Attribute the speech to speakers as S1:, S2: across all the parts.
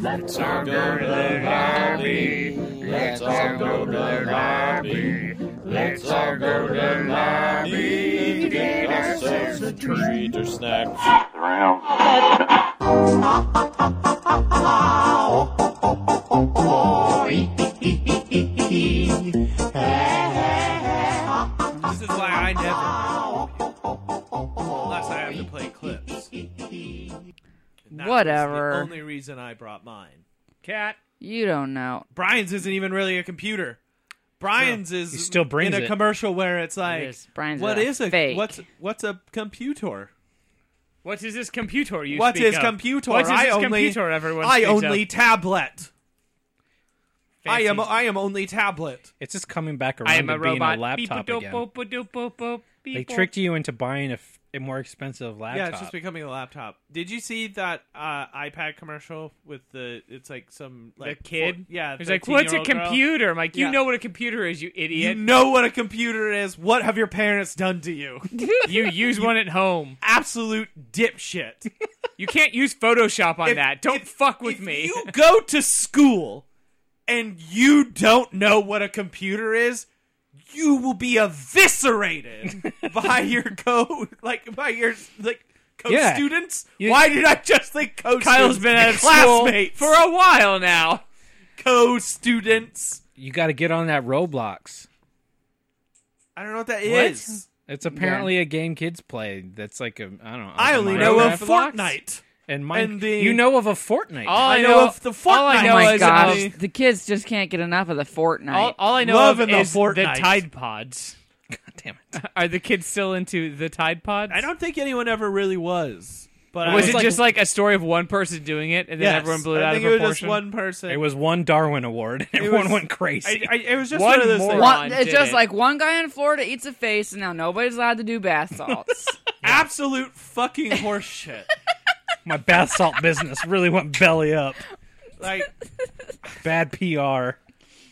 S1: Let's all go to the lobby. Let's all go to the lobby. Let's all go to the lobby. Get ourselves a treat or snack.
S2: This is why I never play video, unless I have to play clips. And that was
S3: Whatever.
S2: the only reason I brought mine. Cat
S3: You don't know.
S2: Brian's isn't even really a computer. Brian's is
S4: he still brings
S2: in a
S4: it.
S2: commercial where it's like,
S4: is.
S3: Brian's
S2: what
S3: a
S2: is a
S3: fake.
S2: what's what's a computer?
S4: What is this computer you
S2: What
S4: speak
S2: is
S4: of?
S2: computer?
S4: What is
S2: I
S4: this
S2: only
S4: computer everyone
S2: I
S4: speaks
S2: only
S4: of?
S2: tablet. I am
S4: Fancy.
S2: I am only tablet.
S4: It's just coming back around
S5: I am
S4: to
S5: a
S4: being
S5: robot.
S4: a laptop
S5: Beep-a-doop,
S4: again.
S5: boop-a-doop-boop-boop,
S4: They
S5: beep-boop.
S4: tricked you into buying a, f- a more expensive laptop.
S2: Yeah, it's just becoming a laptop. Did you see that uh, iPad commercial with the? It's like some
S5: the
S2: like
S5: kid.
S2: four- yeah,
S5: he's like, "What's a
S2: 13-year-old girl?
S5: computer?" I'm like, "You
S2: Yeah.
S5: know what a computer is, you idiot.
S2: You
S5: You,
S2: know what a computer is. What have your parents done to you?
S5: use one at home.
S2: Absolute dipshit.
S5: You can't use Photoshop on
S2: If-
S5: that. Don't
S2: if-
S5: fuck with
S2: if
S5: me."
S2: You go to school and you don't know what a computer is, you will be eviscerated by your co like by your like co
S4: Yeah.
S2: students.
S4: You-
S2: Why did I just think co
S5: Kyle's been out of school
S2: classmates
S5: for a while now.
S2: co students?
S4: you got to get on that Roblox.
S2: I don't know what that is.
S4: What? It's apparently a game kids play. That's like a I don't know.
S2: I
S4: a
S2: only
S4: Minecraft
S2: know of
S5: Roblox?
S2: Fortnite.
S4: and, mine,
S2: and the-
S4: you know of a Fortnite.
S5: All
S2: I
S5: I
S2: know
S5: know
S2: of the
S5: all I
S2: Fortnite.
S5: know
S3: Oh my
S5: is
S3: gosh,
S5: of-
S3: the kids just can't get enough of the Fortnite.
S5: all, all I know
S2: Love
S5: of
S2: in the
S5: is
S2: Fortnite.
S5: the Tide Pods.
S4: God damn it!
S5: Are the kids still into the Tide Pods?
S2: I don't think anyone ever really was. But
S5: Was
S2: I
S5: it just like a story of one person doing it, and then
S2: yes,
S5: everyone blew it
S2: I
S5: out
S2: think
S5: of
S2: it was
S5: proportion?
S2: just one person.
S4: It was one Darwin Award. and Everyone
S2: was-
S4: went crazy.
S2: I, I, it was just
S5: One
S2: one, of those
S5: moron.
S2: things.
S3: One,
S5: did
S3: it's just
S5: it.
S3: like one guy in Florida eats a face, and now nobody's allowed to do bath salts.
S2: Absolute fucking horseshit.
S4: My bath salt business really went belly up.
S2: like,
S4: Bad PR.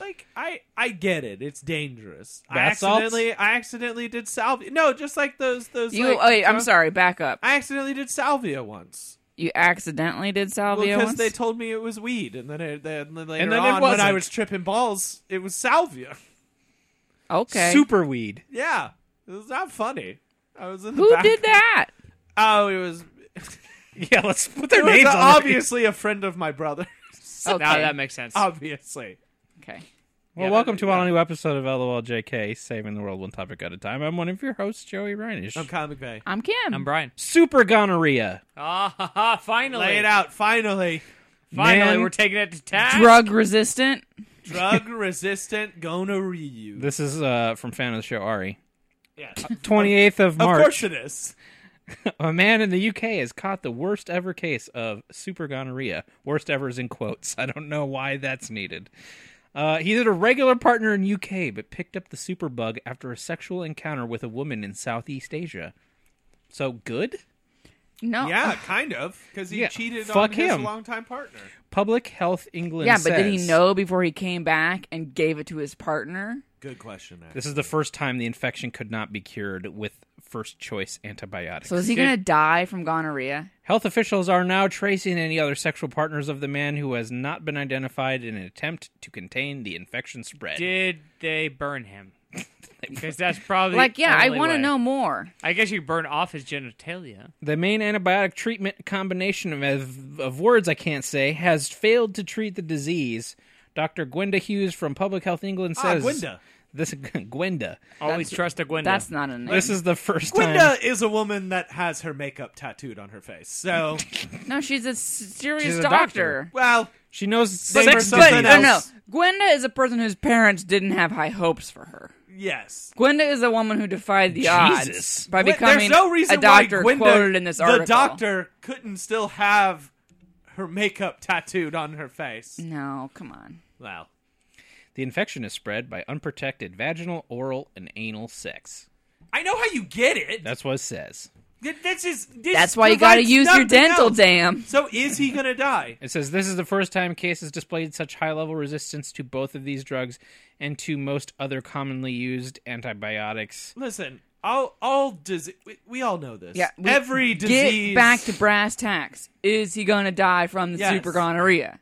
S2: like I, I get it. It's dangerous. I
S4: Bath salts?
S2: accidentally, I accidentally did salvia. No, just like those, those.
S3: you oh,
S2: like,
S3: wait, I'm
S2: drunk-
S3: sorry, back up.
S2: I accidentally did salvia once
S3: You accidentally did salvia
S2: because
S3: once.
S2: they told me it was weed, and then, it, then later
S4: then it
S2: on, when I
S4: wasn't.
S2: was tripping balls, it was salvia.
S3: okay,
S4: Super weed.
S2: Yeah, it was not funny. I was in the
S3: who
S2: back-
S3: did that?
S2: Oh, it was.
S4: Yeah, let's put their
S2: It was
S4: names on the-
S2: obviously a friend of my brother.
S3: Okay,
S5: Now Oh, that makes sense.
S2: Oh. obviously.
S3: okay.
S4: Well,
S2: Yeah,
S4: welcome to
S2: yeah.
S4: all new episode of LOLJK, saving the world one topic at a time. I'm one of your hosts, Joey Reinish.
S2: I'm Kyle McVeigh.
S3: I'm Kim.
S5: I'm Brian.
S4: Super gonorrhea,
S5: Ah, ha, ha, finally.
S2: Lay it out. Finally.
S5: Finally,
S4: Man.
S5: we're taking it to task.
S3: drug resistant.
S2: drug resistant gonorrhea.
S4: This is uh, from fan of the show Ari.
S2: Yeah.
S4: 28th of
S2: Of
S4: March,
S2: course it is.
S4: a man in the UK has caught the worst ever case of super gonorrhea. Worst ever is in quotes. I don't know why that's needed. Uh, he had a regular partner in UK, but picked up the superbug after a sexual encounter with a woman in Southeast Asia. So good.
S3: No.
S2: Yeah, kind of, because he
S4: Yeah,
S2: cheated
S4: fuck
S2: on his
S4: him.
S2: longtime partner.
S4: Public Health England.
S3: Yeah, but did he
S4: says-
S3: know before he came back and gave it to his partner?
S2: Good question. Actually.
S4: This is the first time the infection could not be cured with first choice antibiotics.
S3: So is he
S5: Did-
S3: going to die from gonorrhea?
S4: Health officials are now tracing any other sexual partners of the man who has not been identified in an attempt to contain the infection spread.
S5: Did they burn him? Because that's probably
S3: Like, yeah, I
S5: want to
S3: know more.
S5: I guess you burn off his genitalia.
S4: The main antibiotic treatment combination of, of words I can't say has failed to treat the disease. Dr. Gwenda Hughes from Public Health England
S2: Ah,
S4: says
S2: Gwenda. Oh,
S4: This Gwenda.
S5: Always trust a Gwenda.
S3: That's not a name.
S4: This is the first time
S2: Gwenda is a woman that has her makeup tattooed on her face. So,
S3: no, she's a s- serious
S4: She's a
S3: doctor.
S4: doctor.
S2: well,
S4: she knows
S2: They were
S4: sex
S2: something
S4: disease.
S3: No, no.
S2: Else.
S3: Gwenda is a person whose parents didn't have high hopes for her.
S2: yes.
S3: Gwenda is a woman who defied the
S4: Jesus.
S3: odds by
S2: Gwen-
S3: becoming
S2: There's no reason
S3: a doctor
S2: why Gwenda,
S3: quoted in this article.
S2: the doctor, couldn't still have her makeup tattooed on her face.
S3: No, come on.
S2: Well,
S4: The infection is spread by unprotected vaginal, oral, and anal sex.
S2: I know how you get it.
S4: That's what it says.
S2: Th- This is this
S3: That's why you got to
S2: provides
S3: use your
S2: nothing
S3: dental
S2: else.
S3: dam.
S2: So is he gonna die?
S4: It says this is the first time cases displayed such high level resistance to both of these drugs and to most other commonly used antibiotics.
S2: Listen, all all disease. We, we all know this.
S3: Yeah, we-
S2: every
S3: get
S2: disease.
S3: back to brass tacks. Is he going to die from the
S2: Yes.
S3: super gonorrhea?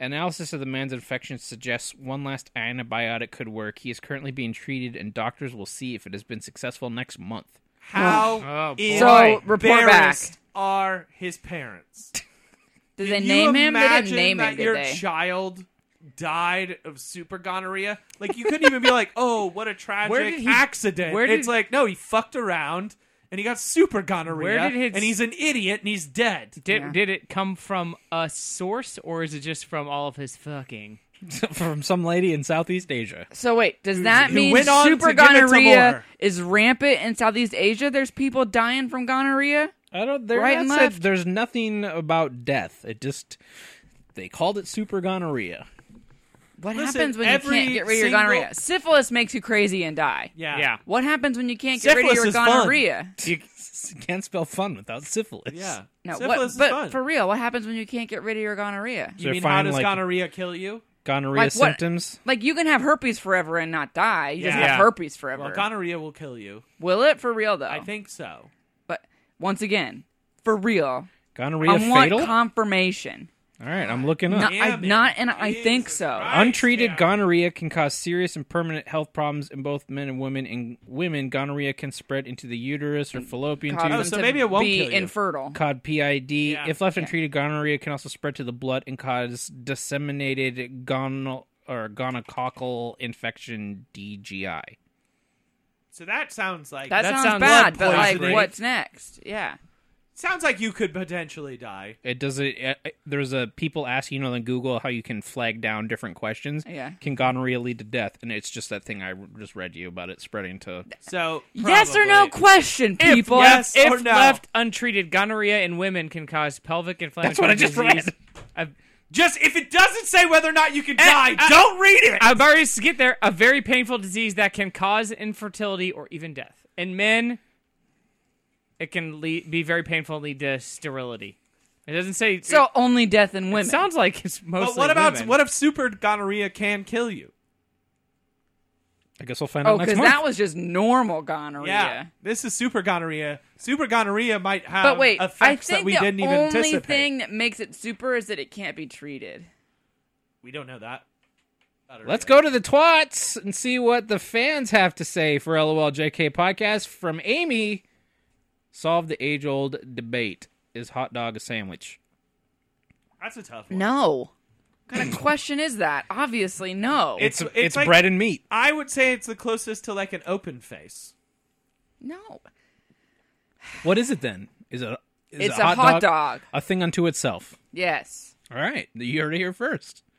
S4: Analysis of the man's infection suggests one last antibiotic could work. He is currently being treated, and doctors will see if it has been successful next month.
S5: Oh,
S2: How
S5: boy.
S2: embarrassed
S3: So, report back.
S2: are his parents?
S3: Did they
S2: Can
S3: name
S2: you
S3: him? They didn't
S2: imagine
S3: name
S2: that
S3: him,
S2: your
S3: did they?
S2: child died of super gonorrhea? Like you couldn't even be like, "Oh, what a tragic
S5: Where did he-
S2: accident."
S5: where did-
S2: it's like, no, he fucked around and he got super gonorrhea,
S5: Where did his-
S2: and he's an idiot and he's dead.
S5: Did,
S3: Yeah.
S5: did it come from a source or is it just from all of his fucking?
S4: From some lady in Southeast Asia.
S3: So wait, does that
S2: who
S3: mean
S2: went on
S3: super
S2: to give it some
S3: gonorrhea
S2: more?
S3: is rampant in Southeast Asia? There's people dying from gonorrhea.
S4: I don't. They're
S3: Right
S4: not
S3: and
S4: said-
S3: left.
S4: there's nothing about death. It just they called it super gonorrhea.
S3: What
S2: Listen,
S3: happens when you
S2: every
S3: can't get rid of your
S2: single-
S3: gonorrhea? Syphilis makes you crazy and die.
S2: Yeah,
S5: Yeah.
S3: What happens when you can't get
S2: Syphilis
S3: rid
S2: is
S3: of your
S2: fun.
S3: gonorrhea?
S4: You can't spell fun without syphilis.
S2: yeah.
S3: No,
S2: Syphilis
S3: what,
S2: is
S3: but
S2: fun.
S3: for real, what happens when you can't get rid of your gonorrhea?
S2: you
S4: They're
S2: mean how
S4: fine,
S2: does
S4: like-
S2: gonorrhea kill you?
S4: Gonorrhea
S3: Like what?
S4: symptoms.
S3: Like you can have herpes forever and not die. You just
S2: Yeah.
S3: have herpes forever.
S2: Well, gonorrhea will kill you.
S3: Will it for real though?
S5: Oh.
S2: I think so.
S3: But once again, for real,
S4: Gonorrhea
S3: I want
S4: fatal.
S3: confirmation.
S4: All right, I'm looking up.
S3: No, I,
S2: Damn it.
S3: not and I
S2: Jesus
S3: think so.
S2: Christ.
S4: Untreated
S2: Yeah.
S4: gonorrhea can cause serious and permanent health problems in both men and women. In women, gonorrhea can spread into the uterus or fallopian
S3: Cause
S4: tube.
S2: Oh,
S3: them
S2: so
S3: to
S2: maybe it won't
S3: be
S2: kill you.
S3: infertile.
S4: called PID.
S2: Yeah.
S4: If left untreated, gonorrhea can also spread to the blood and cause disseminated gonal or gonococcal infection DGI.
S2: So that sounds like
S3: That,
S5: That
S3: sounds,
S5: sounds
S3: bad,
S5: blood
S3: but like,
S5: poisoning.
S3: what's next? Yeah.
S2: sounds like you could potentially die.
S4: It does it. uh, There's a people ask you know on Google how you can flag down different questions.
S3: Yeah.
S4: Can gonorrhea lead to death? And it's just that thing I just read you about it spreading to.
S2: So
S3: Yes or no
S2: probably.
S3: question, people.
S2: yes
S5: if
S2: or no.
S5: left untreated, gonorrhea in women can cause pelvic inflammatory
S4: That's what I just
S5: disease. Eh,
S4: read.
S5: A-
S2: Just if it doesn't say whether or not you
S3: Eh,
S2: can die,
S3: uh,
S5: I-
S2: don't read it.
S5: I've already s- get there. A very painful disease that can cause infertility or even death. In men, it can lead, be very painful and lead to sterility. It doesn't say.
S3: So only death in
S5: it
S3: women.
S5: sounds like it's mostly.
S2: but what about
S5: women.
S2: what if super gonorrhea can kill you?
S4: I guess we'll find
S3: oh,
S4: out next
S3: because
S4: month.
S3: that was just normal gonorrhea.
S2: this is super gonorrhea. Super gonorrhea might have
S3: But wait,
S2: Um, effects
S3: I think
S2: that we
S3: the
S2: didn't even
S3: only
S2: anticipate.
S3: thing that makes it super is that it can't be treated.
S2: we don't know that.
S4: Let's go to the twats and see what the fans have to say for LOLJK podcast from Amy. Solve the age old debate: Is hot dog a sandwich?
S2: That's a tough one.
S3: No. What kind of question is that? Obviously, no.
S2: It's
S4: It's,
S2: it's,
S4: it's
S2: like-
S4: bread and meat.
S2: I would say it's the closest to like an open face.
S3: no.
S4: What is it then? Is it? Is
S3: It's a hot dog.
S4: A thing unto itself.
S3: Yes.
S4: All right, you heard it here first.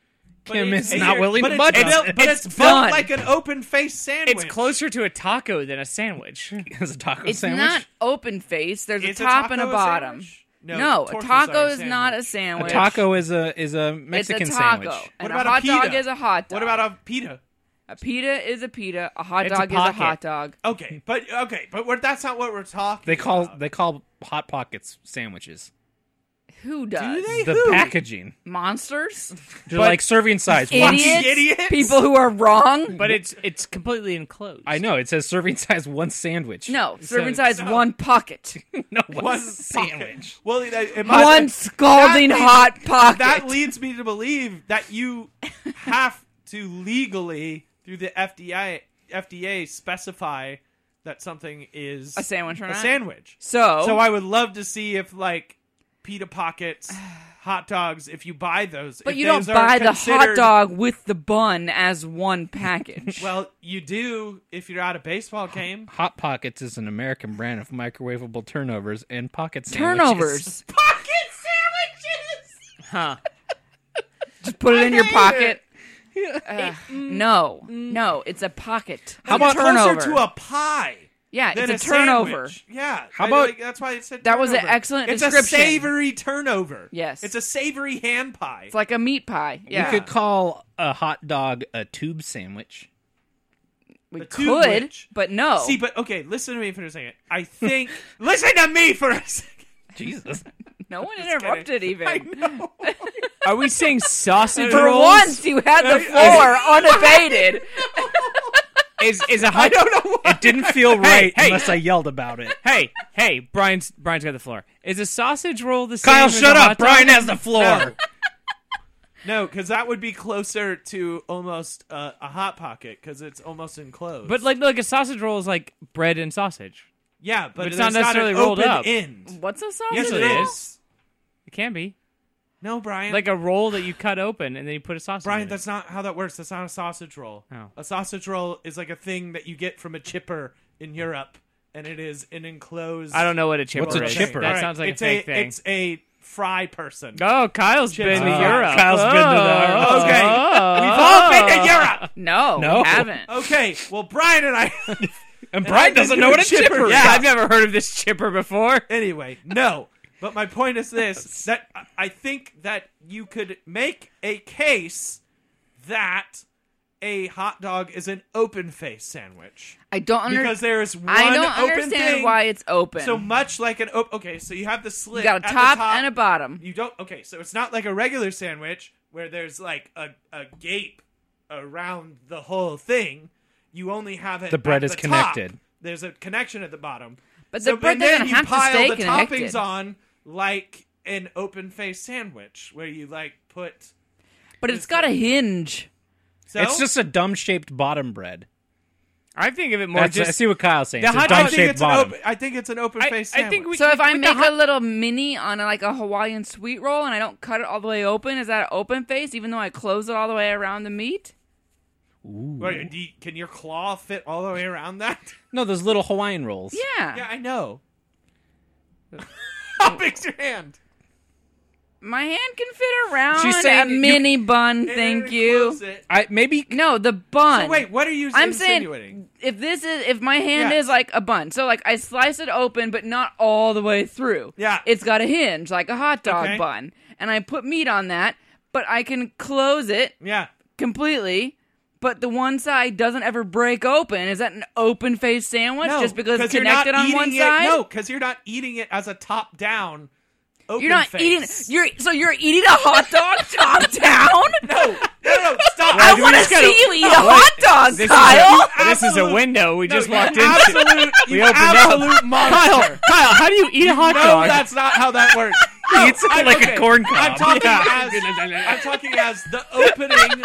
S2: But
S4: Kim
S2: it's-
S4: is not willing
S2: but
S4: to
S2: it's
S4: budge.
S2: built-
S4: on it.
S2: But
S3: It's
S2: it's, built
S3: done.
S2: like an open face sandwich.
S5: It's closer to a taco than a sandwich.
S4: It's a taco
S3: It's
S4: sandwich.
S3: not open face. There's
S2: Is
S3: a top and a
S2: taco
S3: bottom.
S2: sandwich?
S3: No, a
S2: tortas
S3: taco
S2: are
S3: is not a
S4: a
S3: sandwich.
S4: taco is a is a
S3: It's
S4: Mexican
S3: a taco.
S4: sandwich.
S2: What
S3: And a hot
S2: about a
S3: dog
S2: pita?
S3: is a hot dog.
S2: What about a pita?
S3: a pita is a pita. A hot
S5: It's a
S3: dog is a
S5: pocket.
S3: hot dog.
S2: Okay, but okay, but we're, that's not what we're talking.
S4: They call
S2: about.
S4: they call hot pockets sandwiches.
S3: Who does?
S2: they?
S4: The
S2: Who?
S4: packaging,
S3: Monsters?
S4: they're like serving size. One-
S3: Idiots?
S2: idiots?
S3: People who are wrong?
S5: But it's it's completely enclosed.
S4: I know it says serving size one sandwich.
S3: no, serving
S5: So-
S3: size
S2: so-
S3: one pocket.
S4: no one,
S2: one
S4: sandwich.
S2: pocket. Well, it, it might-
S3: one scalding
S2: that leads-
S3: hot pocket.
S2: That leads me to believe that you have to legally, through the FDA, FDA specify that something is
S3: A sandwich or
S2: a
S3: not.
S2: sandwich.
S3: so,
S2: So I would love to see if like pita pockets, hot dogs, if you buy those,
S3: but
S2: if
S3: you don't
S2: those are
S3: buy the hot
S2: considered-
S3: dog with the bun as one package.
S2: Well, you do if you're at a baseball game.
S4: Hot Pockets is an American brand of microwavable turnovers and pocket sandwiches.
S3: Turnovers.
S2: Pocket sandwiches.
S5: Huh.
S3: Just put it in your
S2: hate
S3: pocket. Ugh, no, no, it's a pocket.
S2: mm, How
S3: It's a
S2: about
S3: turnover?
S2: closer to a pie?
S3: yeah,
S2: than
S3: it's a,
S2: a
S3: turnover.
S2: sandwich. Yeah.
S4: How
S2: I-
S4: about-
S2: like, that's why it said
S3: That was an
S2: turnover.
S3: excellent
S2: it's
S3: description.
S2: a savory turnover.
S3: Yes.
S2: It's a savory hand pie.
S3: It's like a meat pie. Yeah,
S4: We could call a hot dog a tube sandwich.
S3: we
S2: the
S3: could,
S2: tube witch.
S3: but no.
S2: See, but okay, listen to me for a second. I think listen to me for a second.
S4: Jesus.
S3: no one
S2: Just kidding.
S3: interrupted even.
S2: No.
S5: Are we saying sausage
S3: For
S5: rolls?
S3: once, you had the floor unabated.
S5: is is a hot? I don't know.
S4: it didn't feel right
S5: hey.
S4: unless I yelled about it.
S5: Hey, hey, Brian's Brian's got the floor. Is a sausage roll the same?
S4: Kyle,
S5: as
S4: shut
S5: a hot
S4: up.
S5: dog?
S4: Brian has the floor.
S2: No, because that would be closer to almost uh, a hot pocket because it's almost enclosed.
S5: But like, look, a sausage roll is like bread and sausage.
S2: yeah, but,
S5: it's
S2: there's
S5: not necessarily
S2: an
S5: rolled
S2: open
S5: up.
S2: End.
S3: What's a sausage?
S2: Yes,
S5: it
S3: roll?
S5: is. It can be
S2: No, Brian.
S5: like a roll that you cut open and then you put a sausage. in
S2: Brian,
S5: it.
S2: that's not how that works. That's not a sausage roll.
S5: Oh.
S2: A sausage roll is like a thing that you get from a chipper in Europe, and it is an enclosed.
S5: I don't know what a chipper
S4: What's a
S5: is.
S4: chipper?
S5: That
S2: All right,
S5: sounds like
S2: it's
S5: a fake thing.
S2: It's a fry person.
S5: Oh, Kyle's been to
S2: Oh.
S5: Europe.
S4: Kyle's been to the-
S5: Oh.
S2: Okay.
S5: Oh.
S2: We've all been to Europe.
S3: No,
S4: No.
S3: we haven't.
S2: Okay, well, Brian and I.
S4: And Brian doesn't know what a chipper, is.
S5: Yeah, I've never heard of this chipper before.
S2: anyway, no. But my point is this: that I- I think that you could make a case that a hot dog is an open face sandwich
S3: I don't
S2: because
S3: understand.
S2: there is one
S3: I don't
S2: open
S3: understand
S2: thing.
S3: why it's open.
S2: so much like an open. Okay, so you have the slit.
S3: you got a
S2: at the
S3: top, and a bottom.
S2: You don't. Okay, so it's not like a regular sandwich where there's like a a gape around the whole thing. You only have it.
S4: The bread
S2: at
S4: is
S2: the
S4: connected.
S2: Top. There's a connection at the bottom.
S3: But
S2: So-
S3: the bread
S2: and then
S3: doesn't
S2: you
S3: have to
S2: pile
S3: stay
S2: the
S3: connected.
S2: toppings on like an open face sandwich where you like put.
S3: But it's got a hinge.
S2: So
S4: It's just a dumb shaped bottom bread.
S5: I think of it more
S4: That's, I
S5: just.
S4: see what Kyle's saying.
S5: The
S4: It's a
S5: hot
S4: dumb
S2: I think
S4: shaped
S2: it's an
S4: bottom.
S2: open. I think it's an open
S5: I-
S2: face.
S5: I think we-
S3: So if I
S5: with the
S3: make
S5: hot-
S3: a little mini on like a Hawaiian sweet roll and I don't cut it all the way open, is that an open face? Even though I close it all the way around the meat,
S2: Wait, do you- can your claw fit all the way around that?
S4: No, those little Hawaiian rolls.
S3: yeah,
S2: Yeah, I know. How big's your hand?
S3: my hand can fit around
S4: She's
S3: a
S4: saying you-
S3: mini bun.
S2: And
S3: Thank
S2: then
S3: you.
S2: close it.
S4: I maybe
S3: No, the bun.
S2: So wait, what are you
S3: I'm
S2: insinuating?
S3: saying if this is if my hand
S2: Yeah.
S3: is like a bun, so like I slice it open, but not all the way through.
S2: Yeah.
S3: it's got a hinge like a hot dog
S2: Okay.
S3: bun, and I put meat on that, but I can close it
S2: yeah.
S3: completely. But the one side doesn't ever break open. Is that an open face sandwich
S2: No,
S3: just because it's
S2: you're not
S3: connected on
S2: eating
S3: one
S2: it-
S3: side?
S2: No, because you're not eating it as a top down. Open
S3: you're not
S2: face.
S3: eating. You're so you're eating a hot dog top down.
S2: No, no, no, stop.
S3: I
S5: we
S3: want to
S5: just
S3: see
S5: gotta-
S3: you eat a hot dog,
S5: This is,
S3: Kyle.
S5: a, this is a
S2: Absolute-
S5: window we just
S2: you
S5: walked into.
S2: absolute,
S5: We
S2: you
S5: opened
S2: absolute
S5: up. Oh,
S2: monster.
S5: Kyle, Kyle, how do you eat a hot
S2: No,
S5: dog?
S2: that's not how that works.
S4: he eats it
S2: I-
S4: like
S2: okay,
S4: a corn cob.
S2: I'm talking
S5: Yeah.
S2: as I'm talking as the opening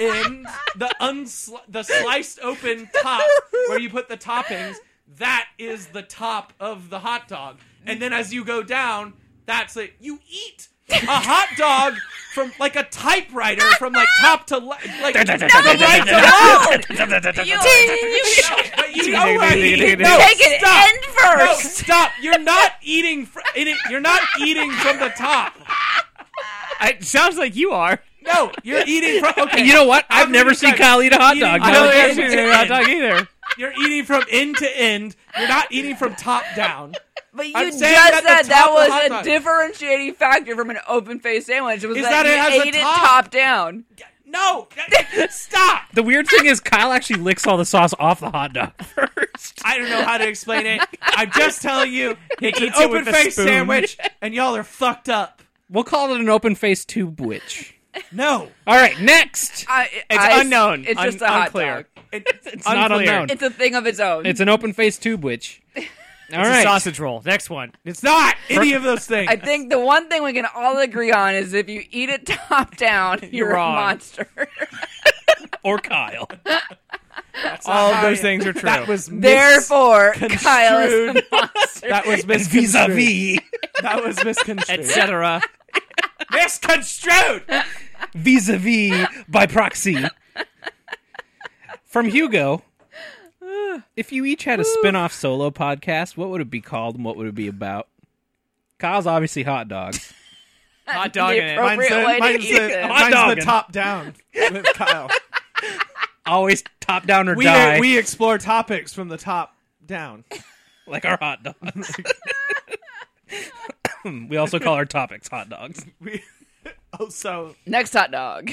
S2: in the unsli- the sliced open top where you put the toppings. That is the top of the hot dog, and then as you go down, that's it. You eat a hot dog from like a typewriter from like top to le- like right to left.
S3: You,
S2: No, but you know what I mean. No,
S3: take it
S2: stop.
S3: end
S2: No,
S3: first.
S2: stop! You're not eating. Fr- in it, you're not eating from the top.
S5: it sounds like you are.
S2: No, you're eating from. Okay,
S4: You know what?
S2: How
S4: I've
S2: many
S4: never seen
S2: times-
S4: Kyle eat a hot
S2: Eating-
S4: dog.
S2: I
S5: I
S2: No,
S5: don't
S2: it
S5: think
S2: isn't.
S5: you're eating a hot dog either.
S2: You're eating from end to end. You're not eating from top down.
S3: But you
S2: I'm
S3: just
S2: saying that
S3: said
S2: the
S3: that,
S2: top of hot
S3: was a
S2: dog-
S3: differentiating factor from an open face sandwich. Was
S2: Is
S3: that,
S2: that it has
S3: you
S2: a
S3: ate
S2: top.
S3: it top down?
S2: No, stop!
S4: The weird thing is, Kyle actually licks all the sauce off the hot dog first.
S2: I don't know how to explain it. I'm just telling you, it's an
S5: eats it with
S2: open
S5: a
S2: face
S5: spoon.
S2: sandwich, and y'all are fucked up.
S4: We'll call it an open faced tube witch.
S2: No,
S4: All right, next.
S3: I,
S5: It's
S3: I-
S5: unknown.
S3: It's
S5: Un-
S3: just a hot
S5: unclear.
S3: dog.
S2: it,
S4: It's not
S5: unclear.
S4: unknown.
S3: It's a thing of its own.
S4: It's an open faced tube witch. All right,
S5: It's a sausage roll. Next one.
S2: it's not any of those things.
S3: I think the one thing we can all agree on is if you eat it top down, you're, a
S5: wrong.
S3: monster.
S4: or Kyle.
S2: That's not
S5: All of
S2: how
S5: those
S2: I-
S5: things are true.
S2: That was
S3: Therefore, Kyle is a
S2: misconstrued.
S3: monster.
S2: That was misconstrued.
S4: Vis a vis,
S2: That was misconstrued.
S5: Etc.
S2: misconstrued.
S4: vis a vis by proxy. From Hugo. If you each had a spin off solo podcast, what would it be called and what would it be about? Kyle's obviously hot dogs.
S5: Hot dog in
S3: The
S5: it.
S2: Mine's
S3: appropriate
S2: the,
S3: way to
S2: mine's
S3: eat
S2: the,
S3: it.
S2: mine's the
S4: dogging.
S2: top down with Kyle.
S4: Always top down or
S2: We,
S4: die,
S2: we explore topics from the top down.
S4: like our hot dogs. we also call our topics hot dogs.
S2: We oh, also
S3: Next hot dog.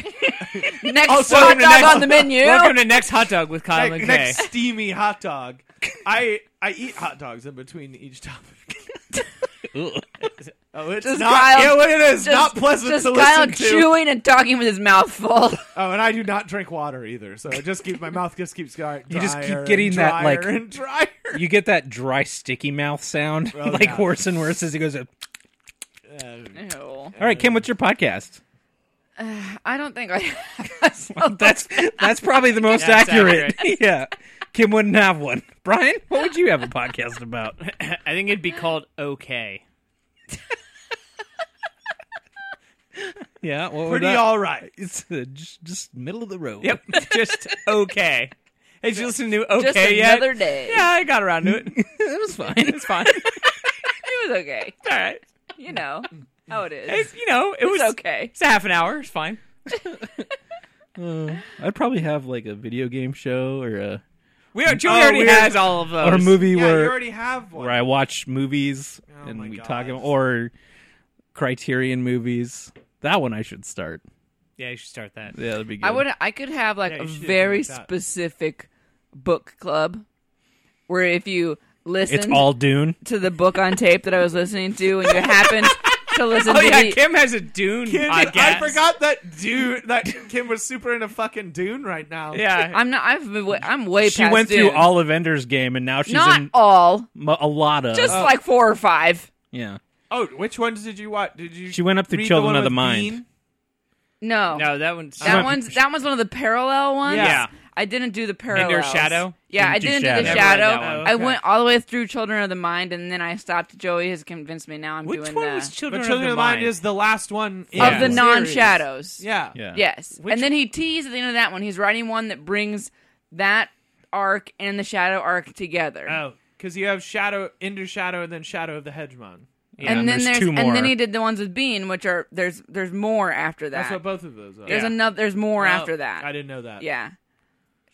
S3: next
S2: Also,
S3: hot dog
S2: the next-
S3: on the menu.
S5: Welcome to next hot dog with Kyle
S2: next,
S5: McKay.
S2: next steamy hot dog. I I eat hot dogs in between each topic.
S4: Ugh.
S2: Oh, it's
S3: Just
S2: not.
S3: Kyle-
S2: yeah, what it is
S3: Just-
S2: not pleasant
S3: just
S2: to
S3: Kyle
S2: listen to.
S3: chewing and talking with his mouth full.
S2: Oh, and I do not drink water either, so I just keep my mouth just keeps going.
S4: You just keep
S2: drier and
S4: getting that,
S2: drier
S4: like-
S2: and drier.
S4: You get that dry, sticky mouth sound,
S2: Oh,
S4: like
S2: yeah.
S4: worse and worse as he goes. All
S2: Uh,
S3: Ew.
S4: right, Kim, what's your podcast?
S3: I don't think I. myself.
S4: That's that's probably the most
S5: That's
S4: accurate. yeah. Kim wouldn't have one. Brian, what would you have a podcast about?
S5: I think it'd be called okay.
S4: Yeah, what would
S2: Pretty
S4: that-
S2: all right.
S4: It's uh, just, just middle of the road.
S5: Yep, just okay. Hey, did you listen to okay
S3: just
S5: yet?
S3: another day.
S5: Yeah, I got around to it.
S4: it was fine. It's fine.
S3: It was okay.
S5: All right,
S3: You know how it is.
S5: It's- you know, it was
S3: it's okay.
S5: It's a half an hour. It's fine.
S4: Uh, I'd probably have like a video game show or a
S5: We are, Joey
S2: Oh,
S5: already
S2: weird.
S5: has all of those.
S4: or a movie
S2: Oh, Yeah, you
S4: where
S2: already have one.
S4: where I watch movies
S2: Oh
S4: and
S2: my
S4: we
S2: God.
S4: talk about, or Criterion movies. That one I should start.
S5: Yeah, you should start that.
S4: Yeah, that'd be good.
S3: I would. I could have like
S2: Yeah, you
S3: a
S2: should do
S3: very
S2: like that.
S3: specific book club, where if you
S4: It's
S3: listen
S4: all Dune.
S3: to the book on tape that I was listening to, and you happened to listen
S5: Oh
S3: to
S5: yeah,
S3: the,
S5: Kim has a Dune
S2: Kim,
S5: podcast.
S2: I forgot that Dune. That Kim was super into fucking Dune right now.
S5: Yeah,
S3: I'm not. I've been. wa- I'm way.
S4: She
S3: past
S4: went
S3: Dune.
S4: through all of Ender's Game, and now she's
S3: Not
S4: in Oh.
S3: all.
S4: m- a lot of.
S3: Just like four or five.
S4: yeah,
S2: Oh, which ones did you watch? Did you?
S4: She went up through
S2: read
S4: Children
S2: one
S4: of the
S2: with
S4: Mind.
S2: Bean?
S3: No.
S5: no, that one's
S3: That
S4: went-
S3: one's that one's one of the parallel ones.
S5: Yeah.
S3: I didn't do the parallel.
S5: Shadow?
S3: Yeah,
S4: Didn't do
S3: I didn't do the
S4: Shadow.
S5: Never
S3: shadow.
S5: read that one.
S3: I
S2: Okay.
S3: went all the way through Children of the Mind, and then I stopped. Joey has convinced me now I'm
S5: Which
S3: doing
S5: one
S3: the
S5: was
S2: But
S5: Children,
S2: Children of the Mind is the last one in
S3: of the
S2: series.
S3: non-shadows.
S2: Yeah.
S4: yeah,
S3: Yes,
S5: Which-
S3: and then he teased at the end of that one. He's writing one that brings that arc and the shadow arc together.
S2: Oh, because you have Shadow, Ender Shadow, and then Shadow of the Hedgemon.
S4: Yeah,
S3: and,
S4: and
S3: then
S4: there's
S3: there's,
S4: two more.
S3: and then he did the ones with Bean, which are there's there's more after that.
S2: That's what Oh, both of those are.
S3: there's
S5: Yeah.
S3: another. There's more
S2: Oh,
S3: after that.
S2: I didn't know that.
S3: Yeah.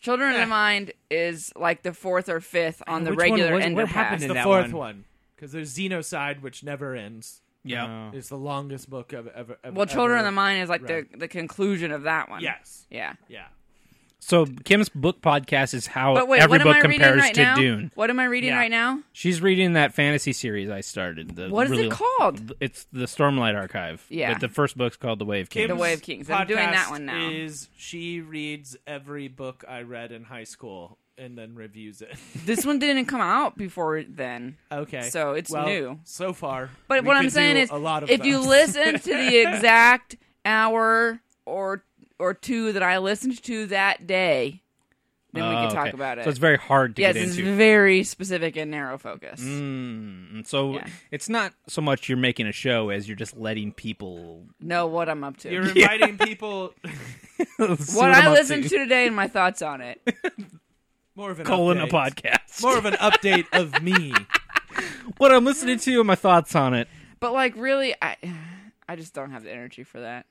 S3: Children of the Mind is like the fourth or fifth on the
S5: Which one
S3: regular
S5: was-
S3: end
S5: what
S3: of
S5: happened
S3: pass.
S5: in
S2: It's the
S5: that
S2: fourth
S5: one.
S2: one. Because there's Xenocide, which never ends.
S4: yeah.
S2: It's the longest book ever. ever, ever
S3: Well, Children of the
S2: ever-
S3: Mind is like the
S2: Right.
S3: the conclusion of that one.
S2: Yes.
S3: Yeah.
S2: Yeah.
S4: So Kim's book podcast is how
S3: But wait,
S4: every
S3: what am
S4: book
S3: I reading
S4: compares
S3: right
S4: to
S3: now?
S4: Dune.
S3: What am I reading
S5: Yeah.
S3: right now?
S4: She's reading that fantasy series I started. The
S3: What is
S4: really-
S3: it called?
S4: It's the Stormlight Archive.
S3: Yeah.
S4: but the first book's called The Way of Kings.
S3: The Way of Kings. I'm doing that
S2: podcast
S3: one now.
S2: Is she reads every book I read in high school and then reviews it?
S3: this one didn't come out before then.
S2: okay,
S3: So it's
S2: Well,
S3: new.
S2: so far.
S3: But
S2: we
S3: what
S2: could
S3: I'm saying
S2: do
S3: is,
S2: a lot of
S3: if you
S2: those.
S3: listen to the exact hour or or two that I listened to that day, then we
S4: Oh,
S3: can talk
S4: okay.
S3: about it.
S4: So it's very hard to
S3: yes,
S4: get
S3: it's
S4: into.
S3: very specific and narrow focus.
S4: And so
S3: Yeah.
S4: it's not so much you're making a show as you're just letting people.
S3: Know what I'm up to.
S2: you're inviting people
S3: what I listened to today and my thoughts on it.
S2: more of an
S4: colon
S2: update.
S4: a podcast.
S2: more of an update of me.
S4: what I'm listening to and my thoughts on it.
S3: But like, really, I, I just don't have the energy for that.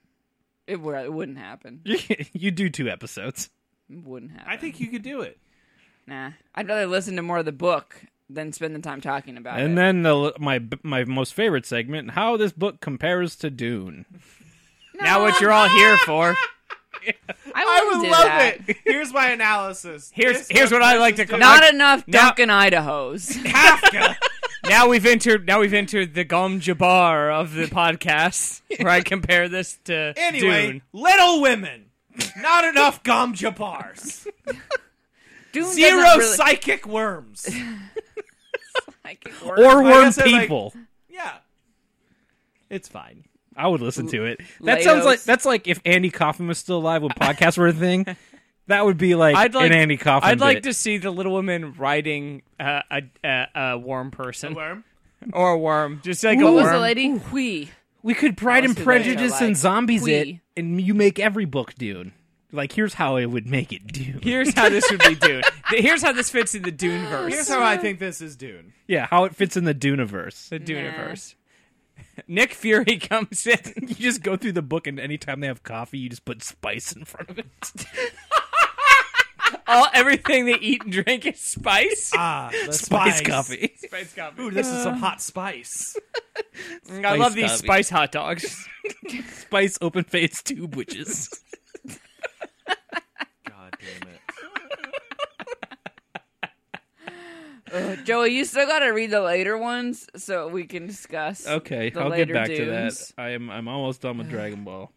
S3: It, wou- it wouldn't happen.
S4: you do two episodes.
S3: It wouldn't happen.
S2: I think you could do it.
S3: Nah, I'd rather listen to more of the book than spend the time talking about
S4: And
S3: it.
S4: then the, my my most favorite segment, how this book compares to Dune.
S5: now what you're all here for.
S3: I,
S2: I
S3: wouldn't
S2: would
S3: do
S2: love
S3: that.
S2: it. Here's my analysis. This
S5: Here's here's
S2: book
S5: what I like to
S2: versus
S5: call
S3: Not enough
S5: Now-
S3: Duncan Idaho's.
S5: Kafka. now we've entered now we've entered the Gom Jabbar of the podcast, where I compare this to
S2: Anyway,
S5: Dune.
S2: Little Women. Not enough Gamja bars.
S3: Dune
S2: Zero
S3: doesn't really,
S2: psychic worms.
S3: like, it
S4: Or
S3: works.
S2: Like I
S4: Worm
S2: said, like-
S4: People.
S2: Yeah. It's fine.
S4: I would listen to it. That
S3: Laos.
S4: sounds like that's like if Andy Kaufman was still alive when podcasts were a thing. That would be like,
S5: I'd like
S4: an Andy Kaufman.
S5: I'd like
S4: bit.
S5: to see the Little Woman riding uh, a, a a worm person
S2: Worm.
S5: or a worm, just like a
S3: What was
S5: worm.
S3: the lady? Hui.
S4: We could Pride and
S3: Honestly, those are
S4: Prejudice
S3: like
S4: and Zombies it,
S3: twee.
S4: and you make every book Dune. Like here's how I would make it Dune.
S5: Here's how this would be Dune. Th- Here's how this fits in the Dune
S2: Here's
S5: verse.
S2: how I think this is Dune.
S4: Yeah, how it fits in the Duneverse.
S5: The Duneverse. Nick Fury comes in.
S4: Um, You just go through the book, and anytime they have coffee, you just put spice in front of it.
S5: All everything they eat and drink is spice.
S2: Ah, the Ah.
S4: Spice coffee.
S5: Spice coffee.
S2: Ooh, this is some hot spice.
S5: I love
S4: Spice
S5: these
S4: coffee.
S5: spice hot dogs.
S4: Spice open face tube witches.
S2: God damn it.
S3: Joey, you still got to read the later ones so we can discuss.
S4: Okay,
S3: the
S4: I'll get
S3: later
S4: back
S3: dunes.
S4: to that. I am I'm almost done with Dragon Ball.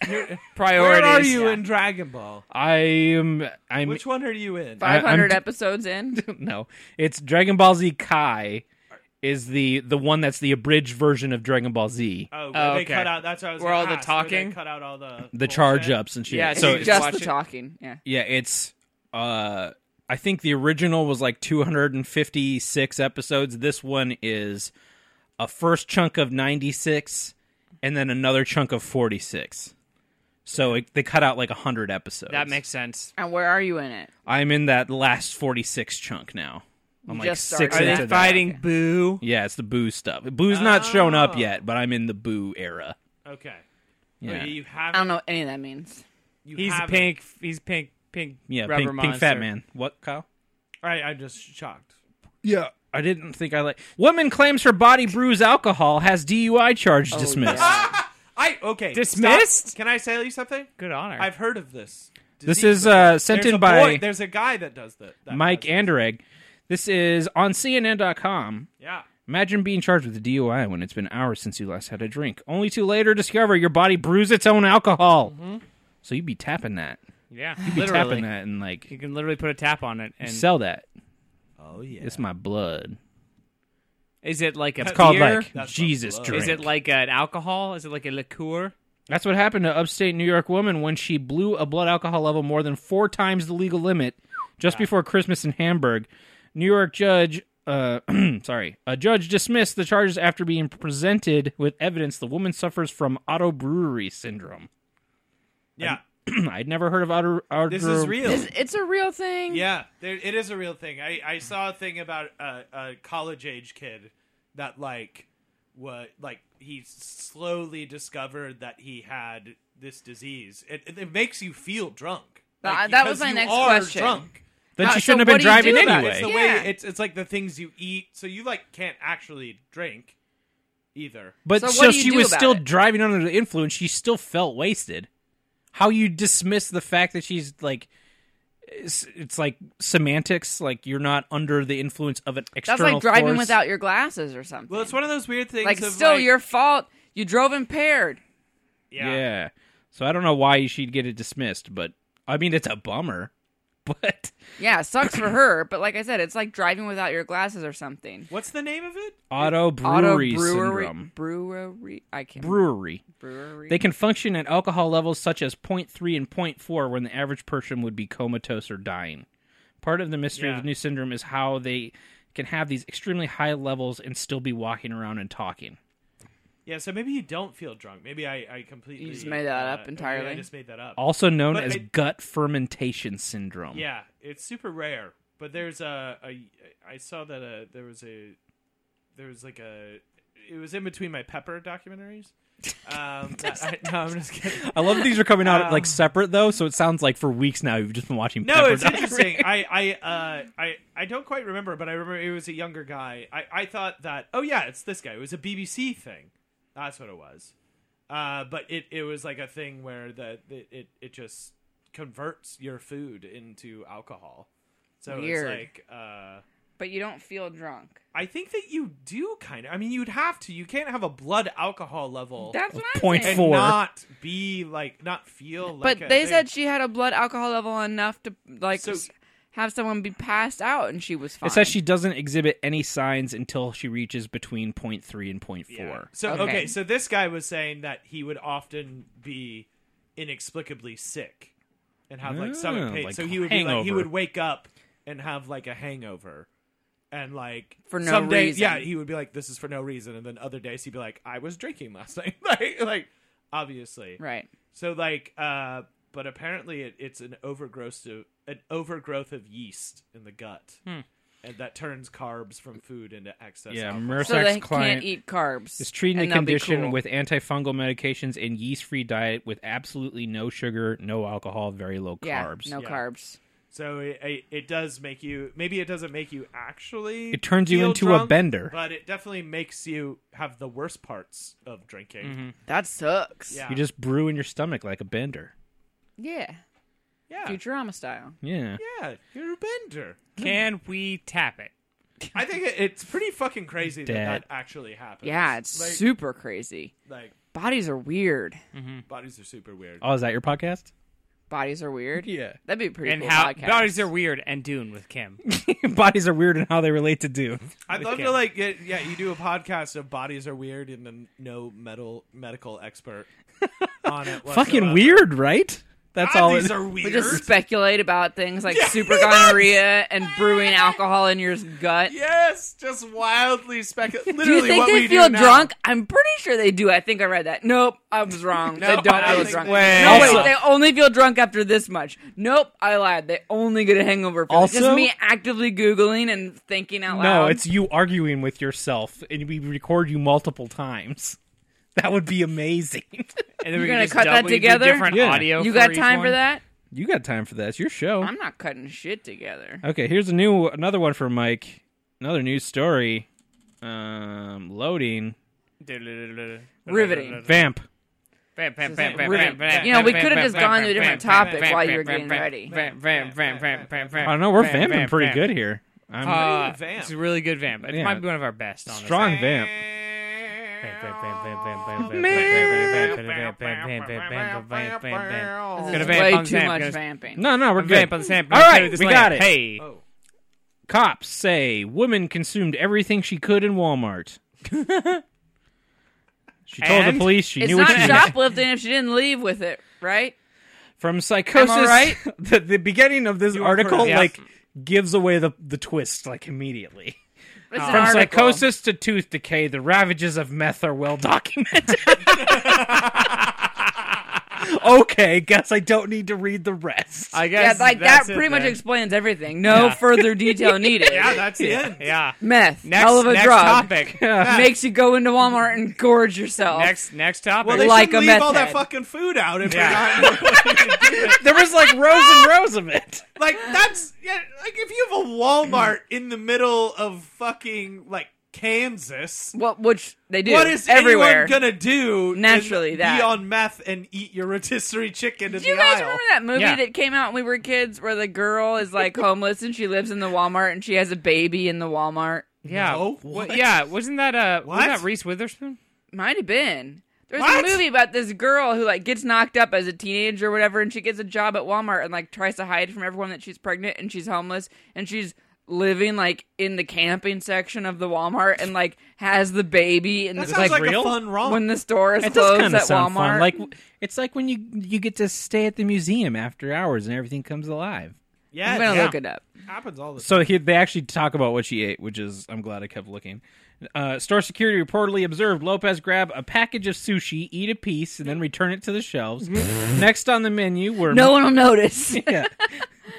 S5: Priorities.
S2: Where are you in Dragon Ball?
S4: I am I'm
S2: Which one are you in?
S4: I'm-
S3: 500 episodes in.
S4: no. It's Dragon Ball Z Kai. is the the one that's the abridged version of Dragon Ball Z.
S2: Oh,
S5: Oh,
S2: they
S5: okay.
S2: cut out. That's what I was.
S5: Where
S2: gonna
S5: all the
S2: ask, where they
S5: talking?
S2: cut out all the
S4: the
S2: bullshit.
S4: charge ups and Oh, shit.
S5: Yeah,
S4: so
S5: dude,
S4: it's-
S5: just
S3: just
S5: watch
S3: the
S5: it.
S3: talking. Yeah.
S4: yeah, it's uh I think the original was like 256 episodes. This one is a first chunk of 96 and then another chunk of 46. So it, they cut out like 100 episodes.
S5: That makes sense.
S3: And where are you in it?
S4: I'm in that last 46 chunk now. I'm like
S3: just started.
S4: six
S5: Are
S3: Are
S4: into
S5: they
S4: that.
S5: fighting
S3: Okay.
S5: Boo?
S4: Yeah, it's the Boo stuff. Boo's not shown up yet, but I'm in the Boo era.
S2: Okay. Oh,
S4: Yeah,
S2: You
S3: I don't
S2: haven't.
S3: know what any of that means.
S2: You
S5: Um, He's
S2: haven't.
S5: pink. He's pink. Pink.
S4: yeah,
S5: Rubber
S4: pink, pink fat
S5: Monster.
S4: man. What, Kyle?
S2: Right. I'm just shocked.
S4: Yeah. I didn't think I like. Woman claims her body brews alcohol, has DUI charge dismissed.
S2: I okay. stop.
S5: Dismissed?
S2: Can I tell you something?
S5: Good honor.
S2: I've heard of this.
S4: This
S2: disease.
S4: is uh,
S2: There's
S4: sent
S2: a
S4: in by
S2: boy- there's a guy that does that. that
S4: Mike
S2: does this.
S4: Anderegg. This is on CNN.com.
S2: Yeah.
S4: Imagine being charged with a DUI when it's been hours since you last had a drink, only to later discover your body brews its own alcohol. So you'd be tapping that,
S5: yeah,
S4: tapping
S5: literally.
S4: that, and like
S5: You can literally put a tap on it. And
S4: sell that.
S2: Oh yeah.
S4: It's my blood.
S5: is it like a
S4: It's called
S5: beer?
S4: like
S2: That's my
S4: Jesus
S2: blood.
S4: drink.
S5: Is it like an alcohol? Is it like a liqueur?
S4: That's what happened to upstate New York woman when she blew a blood alcohol level more than four times the legal limit just before Christmas in Hamburg. New York judge, uh, sorry, a judge dismissed the charges after being presented with evidence the woman suffers from auto brewery syndrome.
S2: Yeah.
S4: I'd never heard of auto. auto
S2: This is real.
S3: It's, it's a real thing.
S2: Yeah, there, it is a real thing. I, I saw a thing about a, a college age kid that like what like he slowly discovered that he had this disease. It, it, it makes you feel drunk.
S3: Th-
S2: Like,
S3: that was
S2: because
S3: my
S2: you
S3: next
S2: are
S3: question.
S2: Drunk.
S4: Then
S3: Uh,
S4: she
S3: so
S4: shouldn't have
S3: what
S4: been
S3: do you do
S4: driving
S3: about it?
S2: It's the
S4: anyway.
S2: way
S3: Yeah.
S2: it's it's like the things you eat. So you like can't actually drink either.
S4: But
S3: So
S4: so,
S3: what do you
S4: she
S3: do
S4: was
S3: about
S4: still
S3: it?
S4: driving under the influence. She still felt wasted. How you dismiss the fact that she's like, it's, it's like semantics. Like you're not under the influence of an
S3: That's
S4: external.
S3: like driving
S4: force.
S3: without your glasses or something.
S2: Well, it's one of those weird things.
S3: like
S2: of,
S3: still
S2: like,
S3: your fault. You drove impaired.
S4: Yeah. So I don't know why she'd get it dismissed, but I mean it's a bummer. But
S3: Yeah, sucks for her. But like I said, it's like driving without your glasses or something.
S2: What's the name of it?
S4: auto
S3: Auto
S4: brewery
S3: brewery
S4: syndrome.
S3: brewery. I can't.
S4: Brewery.
S3: brewery.
S4: They can function at alcohol levels such as 0.3 and 0.4 when the average person would be comatose or dying. Part of the mystery
S2: Yeah.
S4: of the new syndrome is how they can have these extremely high levels and still be walking around and talking.
S2: Yeah, so maybe you don't feel drunk. Maybe I, I completely
S3: You just made that up
S2: uh,
S3: entirely.
S2: I just made that up.
S4: Also known
S2: But
S4: as
S2: I-
S4: gut fermentation syndrome.
S2: Yeah, it's super rare. But there's a, a I saw that uh there was a there was like a it was in between my pepper documentaries. Um, that I, no, I'm just kidding.
S4: I love that these are coming out
S2: Um,
S4: like separate though, so it sounds like for weeks now you've just been watching.
S2: No,
S4: Pepper
S2: it's
S4: Doc-
S2: interesting. I I uh I I don't quite remember, but I remember it was a younger guy. I I thought that oh yeah, it's this guy. It was a BBC thing. That's what it was. Uh, but it, it was like a thing where the it, it it just converts your food into alcohol. So
S3: Weird.
S2: it's like uh
S3: but you don't feel drunk.
S2: I think that you do kind of. I mean, you'd have to. You can't have a blood alcohol level
S3: That's what I'm
S4: Oh, Point
S2: and
S3: saying.
S4: four.
S2: not be like not feel like.
S3: But
S2: a
S3: they
S2: thing.
S3: said she had a blood alcohol level enough to like
S2: So-
S3: s- have someone be passed out, and she was fine.
S4: It says she doesn't exhibit any signs until she reaches between 0.3 and 0.4.
S2: Yeah. So okay.
S3: Okay.
S2: so this guy was saying that he would often be inexplicably sick and have like
S4: Oh,
S2: stomach pain.
S4: like
S2: so he would be like he
S4: hangover.
S2: would wake up and have like a hangover. And like
S3: For no
S2: some days,
S3: reason.
S2: yeah, he would be like, "This is for no reason," and then other days he'd be like, "I was drinking last night," like, like obviously,
S3: right.
S2: So like, uh, but apparently it, it's an overgrowth of an overgrowth of yeast in the gut,
S3: Hmm.
S2: and that turns carbs from food into excess.
S4: Yeah,
S2: alcohol.
S4: Mursack's
S3: So they
S4: client
S3: can't eat carbs.
S4: is treating
S3: and
S4: the
S3: they'll be
S4: condition
S3: cool.
S4: with antifungal medications and yeast-free diet with absolutely no sugar, no alcohol, very low
S3: yeah,
S4: carbs.
S3: No
S2: Yeah.
S3: carbs.
S2: so it, it it does make you. Maybe it doesn't make you actually.
S4: It turns you
S2: feel
S4: into a
S2: drunk,
S4: bender.
S2: but it definitely makes you have the worst parts of drinking.
S3: That sucks.
S2: Yeah,
S4: You just brew in your stomach like a bender.
S3: Yeah.
S2: yeah,
S3: Futurama style.
S4: Yeah.
S2: yeah. You're a bender.
S5: Can we tap it?
S2: I think it, it's pretty fucking crazy
S4: Dad.
S2: that that actually happens.
S3: Yeah, it's
S2: like,
S3: super crazy.
S2: like
S3: Bodies are weird.
S2: bodies are super weird.
S4: Oh, is that your podcast?
S3: Bodies are weird.
S4: Yeah.
S3: That'd be a pretty
S5: and
S3: cool
S5: how
S3: podcast.
S5: bodies are weird and Dune with Kim.
S4: Bodies are weird in how they relate to Dune.
S2: I'd love to
S5: Kim.
S2: like get, yeah, you do a podcast of bodies are weird and then no metal medical expert on it. whatsoever.
S4: Fucking weird, right? That's all.
S2: Bodies
S4: It,
S2: are
S3: We
S2: weird.
S3: just speculate about things like super gonorrhea and brewing alcohol in your gut.
S2: yes, just wildly speculate.
S3: Do you
S2: Literally,
S3: think
S2: what
S3: they
S2: we
S3: feel
S2: do now.
S3: drunk? I'm pretty sure they do. I think I read that. Nope, I was wrong. they don't
S2: I
S3: feel
S2: think-
S3: drunk.
S2: wait.
S3: no, wait,
S4: Also-
S3: they only feel drunk after this much. Nope, I lied. They only get a hangover. From it.
S4: Also-
S3: just me actively googling and thinking out loud.
S4: no, it's you arguing with yourself, and we record you multiple times. That would be amazing.
S5: And then
S3: You're
S5: we can
S3: gonna
S5: just
S3: cut that
S5: double- you do
S3: together?
S5: Different
S4: Yeah.
S5: audio.
S3: you got
S5: each
S3: time
S5: one.
S3: for that?
S4: you got time for that? It's your show.
S3: I'm not cutting shit together.
S4: Okay, here's a new another one for Mike. Another news story. Um, loading
S3: Riveting.
S4: vamp.
S5: Bam, bam,
S3: This
S5: bam,
S3: isn't
S5: bam,
S3: really-
S5: bam, bam,
S3: you know, we
S5: bam,
S3: coulda
S5: bam,
S3: just
S5: bam,
S3: gone to
S5: bam,
S3: a different
S5: bam,
S3: topic
S5: bam,
S3: while
S5: bam,
S3: you were
S5: bam,
S3: getting
S5: bam,
S3: ready.
S5: Bam, bam, bam, bam, bam, bam.
S4: I don't know. We're
S5: bam,
S4: vamping
S5: bam,
S4: pretty
S5: bam.
S4: good here. I'm
S5: Uh,
S2: Ooh, vamp.
S5: It's a really good vamp. It
S4: Yeah.
S5: might be one of our best. Honestly.
S4: strong vamp.
S5: Bam, bam, bam, bam, bam, bam, bam, bam, bam, bam, bam, bam, bam, bam, bam, bam.
S3: This
S5: Gonna
S3: is
S5: vamp
S3: way
S5: on
S3: too
S5: Sam,
S3: much
S5: guys.
S3: vamping.
S4: No, no, we're
S5: I'm
S4: good.
S5: vamping Sam.
S4: All
S5: Let's
S4: right,
S5: do this
S4: we
S5: later.
S4: got it.
S5: Hey,
S2: Oh.
S4: Cops say woman consumed everything she could in Walmart. she told
S5: And?
S4: the police she
S3: It's
S4: knew what
S3: not
S4: she had.
S3: shoplifting if she didn't leave with it, right?
S4: From psychosis,
S3: Am I right?
S4: the, the beginning of this
S2: You were
S4: article
S2: correct.
S5: Yeah.
S4: like gives away the the twist like immediately.
S5: Uh,
S3: It's an
S4: From
S3: article.
S4: psychosis to tooth decay, the ravages of meth are well documented. okay, guess I don't need to read the rest.
S5: I
S3: Yeah,
S5: guess
S3: like that
S5: that's it
S3: pretty much
S5: then.
S3: explains everything. No further detail needed.
S5: Yeah, that's
S2: The
S5: it.
S2: end.
S5: Yeah.
S3: Meth,
S5: Next,
S3: hell of a
S5: next
S3: drug,
S5: topic.
S3: makes you go into Walmart and gorge yourself.
S5: Next, next topic.
S2: Well, they
S3: Like
S2: should
S3: a
S2: leave all that
S3: method.
S2: fucking food out if
S5: Yeah.
S2: we're not.
S4: there was like rows and rows of it.
S2: like that's yeah, like if you have a Walmart in the middle of fucking like Kansas,
S3: What which they do
S2: what is
S3: everywhere.
S2: everyone gonna do? than
S3: Naturally, that.
S2: be on meth and eat your rotisserie chicken in
S3: do you
S2: the
S3: guys
S2: aisle.
S3: remember that movie
S5: Yeah.
S3: that came out when we were kids where the girl is like homeless and she lives in the Walmart and she has a baby in the Walmart?
S5: yeah.
S2: No,
S5: Wa-
S2: what?
S5: Yeah. Wasn't that uh?
S2: What?
S5: Wasn't that Reese Witherspoon?
S3: Might have been. There's
S2: What?
S3: a movie about this girl who like gets knocked up as a teenager or whatever, and she gets a job at Walmart and like tries to hide from everyone that she's pregnant and she's homeless and she's living like in the camping section of the Walmart and like has the baby and
S2: That
S3: it's
S2: sounds
S3: like,
S2: like, a
S4: real?
S2: fun romp.
S3: when the store is
S4: It does
S3: closed
S4: kind of
S3: at
S4: sound
S3: Walmart.
S4: fun. Like w- it's like when you you get to stay at the museum after hours and everything comes alive.
S2: yeah,
S3: I'm gonna
S2: yeah.
S3: look it up.
S2: happens all the time.
S4: So he, they actually talk about what she ate, which is I'm glad I kept looking. Uh, store security reportedly observed Lopez grab a package of sushi, eat a piece, and then return it to the shelves. Next on the menu were
S3: Mm-hmm. No one will notice.
S4: Yeah.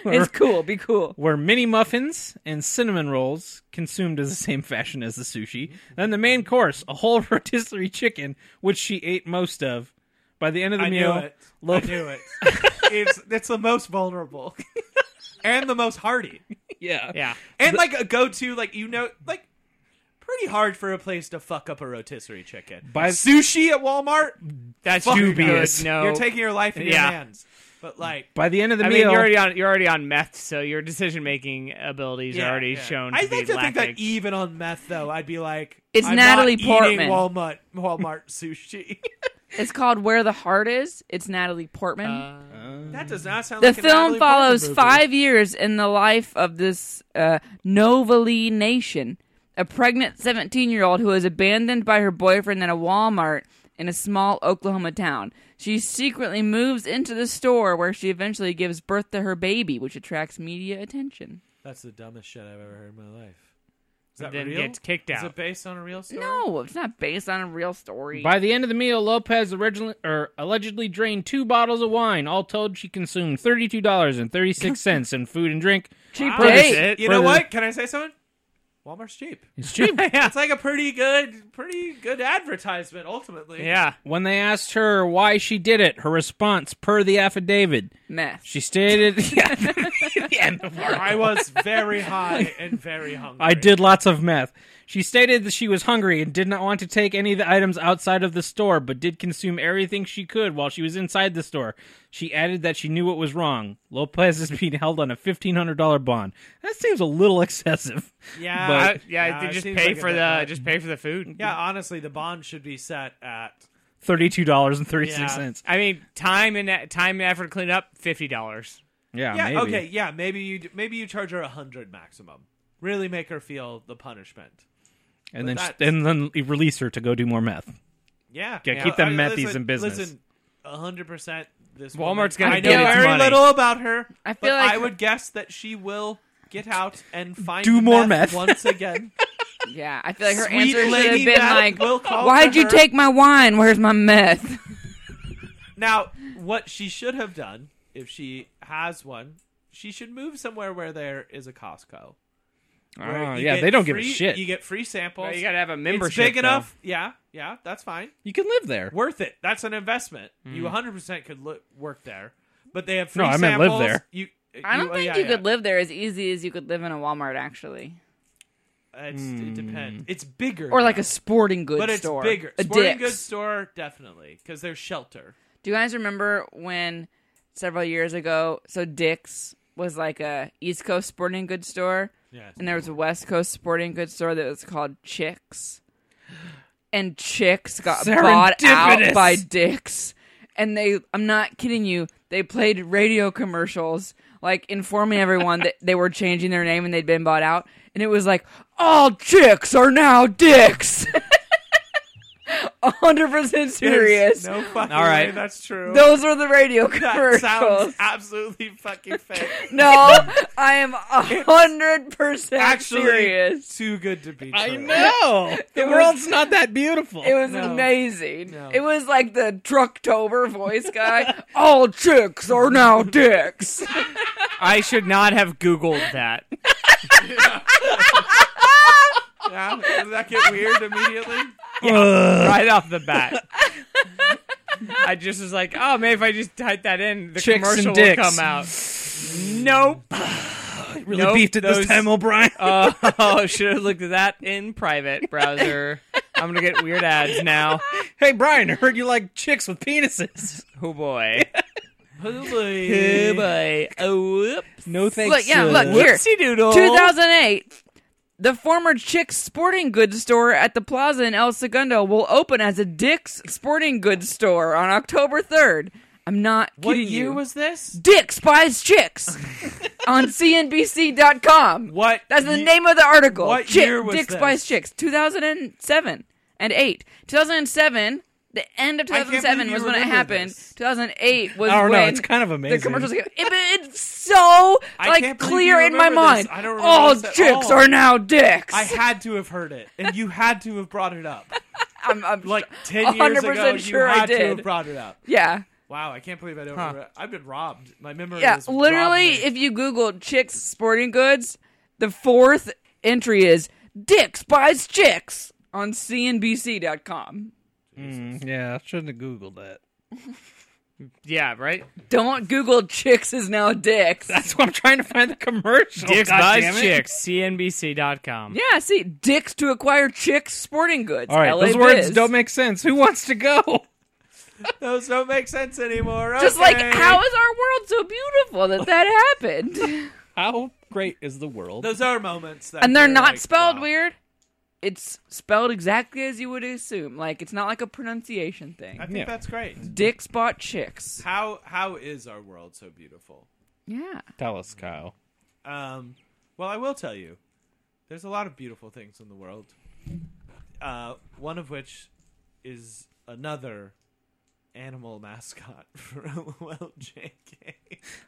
S3: it's cool. Be cool.
S4: were mini muffins and cinnamon rolls consumed in the same fashion as the sushi. Then the main course, a whole rotisserie chicken, which she ate most of. By the end of the
S2: I
S4: meal,
S2: knew it. I
S4: Lopez-
S2: knew it. it's it's the most vulnerable and the most hardy.
S4: yeah,
S5: Yeah.
S2: and like a go-to like you know like pretty hard for a place to fuck up a rotisserie chicken
S4: By-
S2: sushi at walmart
S5: That's
S2: Fuck
S4: Dubious.
S5: Good. No.
S2: you're taking your life in
S5: Yeah.
S2: your hands but like
S4: By the end of the
S5: I mean,
S4: meal,
S5: you're already on. You're already on meth, so your decision making abilities
S2: yeah,
S5: are already
S2: yeah.
S5: shown.
S2: i
S5: to
S2: like
S5: be
S2: to think that E
S5: lacking.
S2: even on meth though i'd be like
S3: It's
S2: I'm
S3: Natalie
S2: not
S3: Portman.
S2: eating walmart walmart sushi
S3: It's called Where the Heart Is. It's Natalie Portman.
S2: Uh,
S5: Uh,
S4: uh,
S2: that does not sound
S3: The
S2: like a
S3: film
S2: Natalie Portman
S3: follows
S2: movie.
S3: five years in the life of this uh, Novalee Nation, a pregnant 17 year old who is abandoned by her boyfriend at a Walmart in a small Oklahoma town. She secretly moves into the store where she eventually gives birth to her baby, which attracts media attention.
S2: that's the dumbest shit i've ever heard in my life is that
S5: And then
S2: real
S5: gets kicked
S2: is
S5: out.
S2: it based on a real story
S3: No, it's not based on a real story.
S4: by the end of the meal, Lopez originally or allegedly drained two bottles of wine. All told, she consumed thirty-two dollars and thirty-six cents in food and drink.
S3: Cheap
S5: Wow.
S3: date.
S5: Is it?
S2: you know
S4: Further-
S2: what can i say something walmart's cheap
S4: It's cheap.
S5: yeah.
S2: It's like a pretty good, pretty good advertisement. Ultimately,
S5: Yeah.
S4: when they asked her why she did it, her response, per the affidavit,
S3: Meth.
S4: she stated, yeah, the end of our-
S2: I was very high and very hungry.
S4: I did lots of meth. She stated that she was hungry and did not want to take any of the items outside of the store, but did consume everything she could while she was inside the store. She added that she knew what was wrong. Lopez is being held on a fifteen hundred dollar bond. That seems a little excessive.
S2: Yeah,
S4: but-
S5: I- yeah.
S2: Nah,
S5: They
S2: it
S5: just
S2: seems
S5: pay
S2: like a
S5: for
S2: bit
S5: the
S2: much.
S5: just pay for the food.
S2: yeah. Honestly, the bond should be set at
S4: thirty-two dollars and thirty-six
S5: Yeah.
S4: cents.
S5: I mean, time and e- time and effort to clean up, fifty dollars.
S4: Yeah,
S2: Yeah.
S4: Uh, maybe.
S2: Okay. Yeah. Maybe you d- maybe you charge her a hundred maximum. Really make her feel the punishment.
S4: and then
S2: But
S4: sh- and then you release her to go do more meth.
S2: Yeah.
S4: Yeah, keep them methies in business.
S2: Listen, hundred percent. This
S5: Walmart's
S2: woman-
S5: gonna
S2: I know
S3: get its
S2: very
S4: money.
S2: little about her.
S3: I
S2: but
S3: feel like-
S2: I would guess that she will get out and find
S4: Do more meth.
S2: once again.
S3: Yeah, I feel like her
S2: Sweet
S3: answer should have
S2: lady
S3: been
S2: that
S3: like,
S2: will call
S3: "Why'd
S2: to
S3: you
S2: her."
S3: take my wine? Where's my meth?"
S2: Now, what she should have done, if she has one, she should move somewhere where there is a Costco. Where
S4: Oh,
S2: you
S4: yeah,
S2: get
S4: they don't give a
S2: free-
S4: shit.
S2: You
S4: You,
S2: get free samples.
S5: Well, you gotta have a membership.
S2: it's big
S5: though.
S2: enough. Yeah, yeah, that's fine.
S4: can live there.
S2: Worth it. That's an investment. You 100% could li- work there. But they have free
S4: Hmm. No, I meant live
S2: samples.
S4: there.
S2: You,
S3: I don't
S2: oh,
S3: think
S2: yeah,
S3: you
S2: yeah.
S3: could live there as easy as you could live in a Walmart, actually,
S2: It's,
S4: Hmm.
S2: It depends. It's bigger.
S3: or like
S2: though.
S3: a sporting goods
S2: But it's
S3: store.
S2: bigger.
S3: A
S2: Sporting
S3: Dick's.
S2: goods store, definitely. Because there's shelter.
S3: Do you guys remember when several years ago? So Dick's was like a East Coast sporting goods store,
S2: Yes.
S3: and there was a West Coast sporting goods store that was called Chicks, and Chicks got bought out
S4: Serendipitous.
S3: by Dick's, and they. I'm not kidding you. They played radio commercials. Like informing everyone that they were changing their name and they'd been bought out, and it was like all chicks are now dicks. Hundred percent serious.
S2: No fucking
S4: All right.
S2: way that's true.
S3: Those are the radio
S2: that
S3: commercials.
S2: sounds absolutely fucking fake.
S3: no, I am a hundred percent
S2: Actually,
S3: serious.
S2: too good to be true.
S4: I know the world's not that beautiful.
S3: It was
S2: No.
S3: amazing.
S2: No.
S3: It was like the trucktober voice guy. All chicks are now dicks.
S5: I should not have Googled that.
S2: Yeah, does that get weird immediately?
S5: right off the bat. I just was like, oh, maybe if I just type that in, the
S4: Chicks
S5: commercial
S4: and
S5: will
S4: dicks.
S5: come out. Nope.
S4: really
S5: Nope,
S4: beefed it
S5: those-
S4: this time, O'Brien.
S5: Uh, oh, should have looked at that in private browser. I'm gonna get weird ads now.
S4: hey, Brian, I heard you like chicks with penises.
S5: Oh boy.
S2: Holy.
S5: boy. Oh, whoops.
S4: No thanks.
S3: Look, yeah, look here.
S5: Whoopsie doodle.
S3: 2008. The former Chick's sporting goods store at the plaza in El Segundo will open as a Dick's sporting goods store on October 3rd. I'm not
S2: What
S3: kidding
S2: year
S3: you.
S2: was this?
S3: Dick's buys chicks on CNBC.com.
S2: What?
S3: That's the
S2: ye-
S3: name of the article.
S2: what
S3: Chick-
S2: year was
S3: Dick's
S2: this?
S3: buys chicks. 2007 and 8. 2007, the end of
S2: can't believe
S3: 2007
S2: you
S3: was when it
S2: remember
S3: happened.
S2: this.
S3: 2008 was
S4: I don't know.
S3: when
S4: It's kind of
S3: the
S4: amazing.
S3: commercials came. It, but it's so
S2: I
S3: like
S2: can't believe
S3: clear
S2: you
S3: in my
S2: remember
S3: mind.
S2: this. I don't remember
S3: all
S2: this at
S3: chicks
S2: all.
S3: are now dicks.
S2: I had to have heard it, and you had to have brought it up.
S3: I'm, I'm
S2: Like ten years
S3: 100%
S2: ago,
S3: sure
S2: you
S3: I
S2: had to
S3: did.
S2: have brought it up.
S3: yeah.
S2: Wow, I can't believe I don't remember. I've been robbed. My memory
S3: Yeah,
S2: is
S3: literally,
S2: robbed me.
S3: if you Google chicks sporting goods, the fourth entry is Dicks buys chicks on CNBC.com.
S4: Mm, yeah, I shouldn't have googled that.
S5: Yeah, right?
S3: Don't Google chicks is now dicks.
S4: That's why I'm trying to find the commercial.
S5: Dicks
S4: Oh, God damn
S5: buys
S4: it.
S5: chicks. CNBC.com.
S3: Yeah, see, dicks to acquire chicks sporting goods.
S4: All right,
S3: LA
S4: those words
S3: Biz.
S4: don't make sense. Who wants to go?
S2: those don't make sense anymore.
S3: Just like,
S2: Okay.
S3: how is our world so beautiful that that happened?
S4: How great is the world?
S2: those are moments that
S3: and they're
S2: you're
S3: not
S2: like,
S3: spelled
S2: wow.
S3: weird. It's spelled exactly as you would assume. Like, it's not like a pronunciation thing.
S2: I think
S4: Yeah.
S2: that's great.
S3: Dicks bought chicks.
S2: How how is our world so beautiful?
S3: Yeah.
S4: Tell us, Kyle.
S2: Um, well, I will tell you, there's a lot of beautiful things in the world. Uh, one of which is another animal mascot for LOL JK.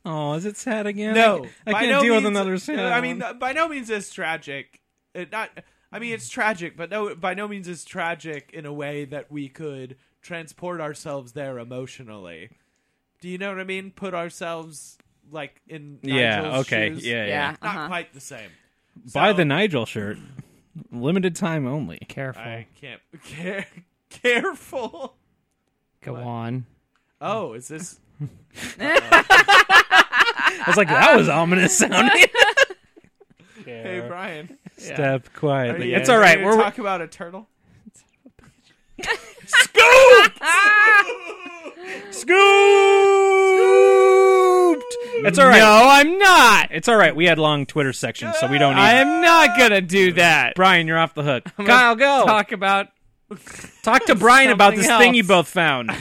S4: Oh, is it sad again?
S2: No,
S4: I,
S2: by
S4: can't
S2: no
S4: deal with
S2: means-
S4: another
S2: no,
S4: sad.
S2: I mean,
S4: one.
S2: by no means it's tragic. It not. I mean, it's tragic, but no, by no means it's tragic in a way that we could transport ourselves there emotionally. Do you know what I mean? Put ourselves like in
S4: Yeah,
S2: Nigel's
S4: okay,
S2: shoes.
S4: yeah, yeah.
S3: Yeah.
S2: not
S3: uh-huh.
S2: quite the same.
S4: buy
S2: So-
S4: the Nigel shirt. Limited time only.
S5: Careful.
S2: I can't. Care, careful.
S5: Go on.
S2: Oh, is this?
S4: I was like, that was ominous sounding.
S2: Hey, Brian.
S4: Step
S2: Are
S4: quietly.
S2: you-
S4: It's all
S2: are
S4: right.
S2: you
S4: We're
S2: gonna talk about a turtle.
S4: scooped. It's all right.
S5: No, I'm not.
S4: It's all right. We had long Twitter
S2: Uh,
S4: sections, so we don't need.
S5: I am not gonna do that.
S4: Brian, you're off the hook. Kyle, go.
S5: Talk about
S4: Talk to Brian about this
S5: Something
S4: thing you
S5: else.
S4: both found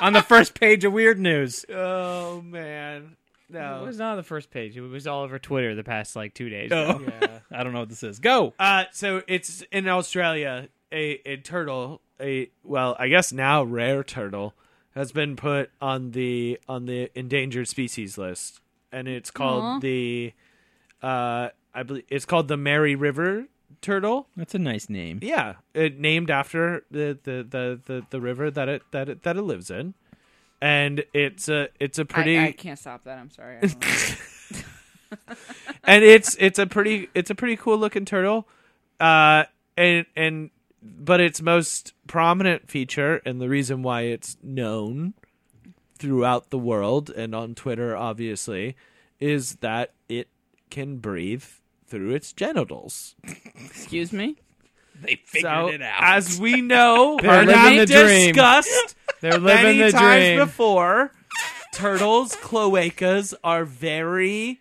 S4: on the first page of Weird News.
S2: Oh man,
S5: It
S2: no.
S5: was not on the first page. It was all over Twitter the past like two days.
S4: Oh.
S2: Yeah.
S4: I don't know what this is. Go.
S2: Uh, so it's in Australia, a, a turtle, a well, I guess now rare turtle, has been put on the on the endangered species list, and it's called
S3: Aw.
S2: the, uh, I believe it's called the Mary River turtle.
S4: That's a nice name.
S2: Yeah, it named after the the the, the, the river that it that it that it lives in, and it's a it's a pretty
S3: I, I can't stop that. I'm sorry. I don't know.
S2: and it's it's a pretty it's a pretty cool looking turtle uh and and but its most prominent feature and the reason why it's known throughout the world and on twitter obviously is that it can breathe through its genitals
S3: Excuse me.
S4: They figured
S2: so
S4: it out.
S2: as we know
S5: They're
S2: and
S5: living
S2: have
S5: the dream.
S2: discussed
S5: They're
S2: many
S5: living the
S2: times
S5: dream.
S2: before turtles cloacas are very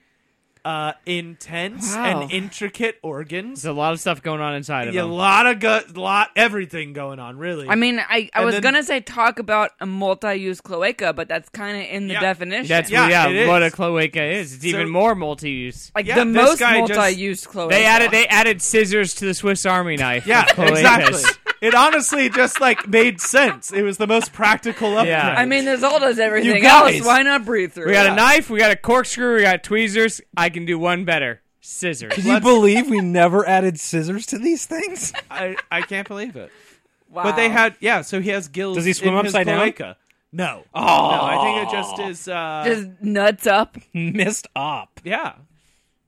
S2: uh, intense
S3: Wow.
S2: and intricate organs
S5: There's a lot of stuff going on inside of
S2: a
S5: them.
S2: lot of go- lot everything going on really
S3: I mean, I, I
S2: And
S3: was
S2: then-
S3: gonna say talk about a multi-use cloaca, but that's kind of in the
S2: Yeah,
S3: definition.
S5: That's
S2: Yeah,
S5: yeah,
S2: it
S5: what a
S2: is.
S5: cloaca is. It's
S2: So-
S5: even more multi-use.
S3: like
S2: yeah,
S3: the
S2: this
S3: most
S2: guy just-
S3: multi-use cloaca.
S5: They
S4: uh,
S5: added they added scissors to the Swiss Army knife.
S2: yeah
S5: of cloacas.
S2: exactly it honestly just like made sense it was the most practical upgrade.
S5: Yeah.
S3: I mean, there's all does everything
S2: guys-
S3: else. Why not breathe through?
S5: We got
S3: it?
S5: a knife. We got a corkscrew. We got tweezers. I can do one better. Scissors.
S4: Can you believe we never added scissors to these things?
S2: I, I can't believe it
S3: Wow.
S2: but they had yeah so he has gills
S4: Does he swim
S2: in his
S4: upside down?
S2: cloaca. no oh no
S4: Oh,
S2: i think it just is uh
S3: just nuts up.
S4: missed up.
S2: yeah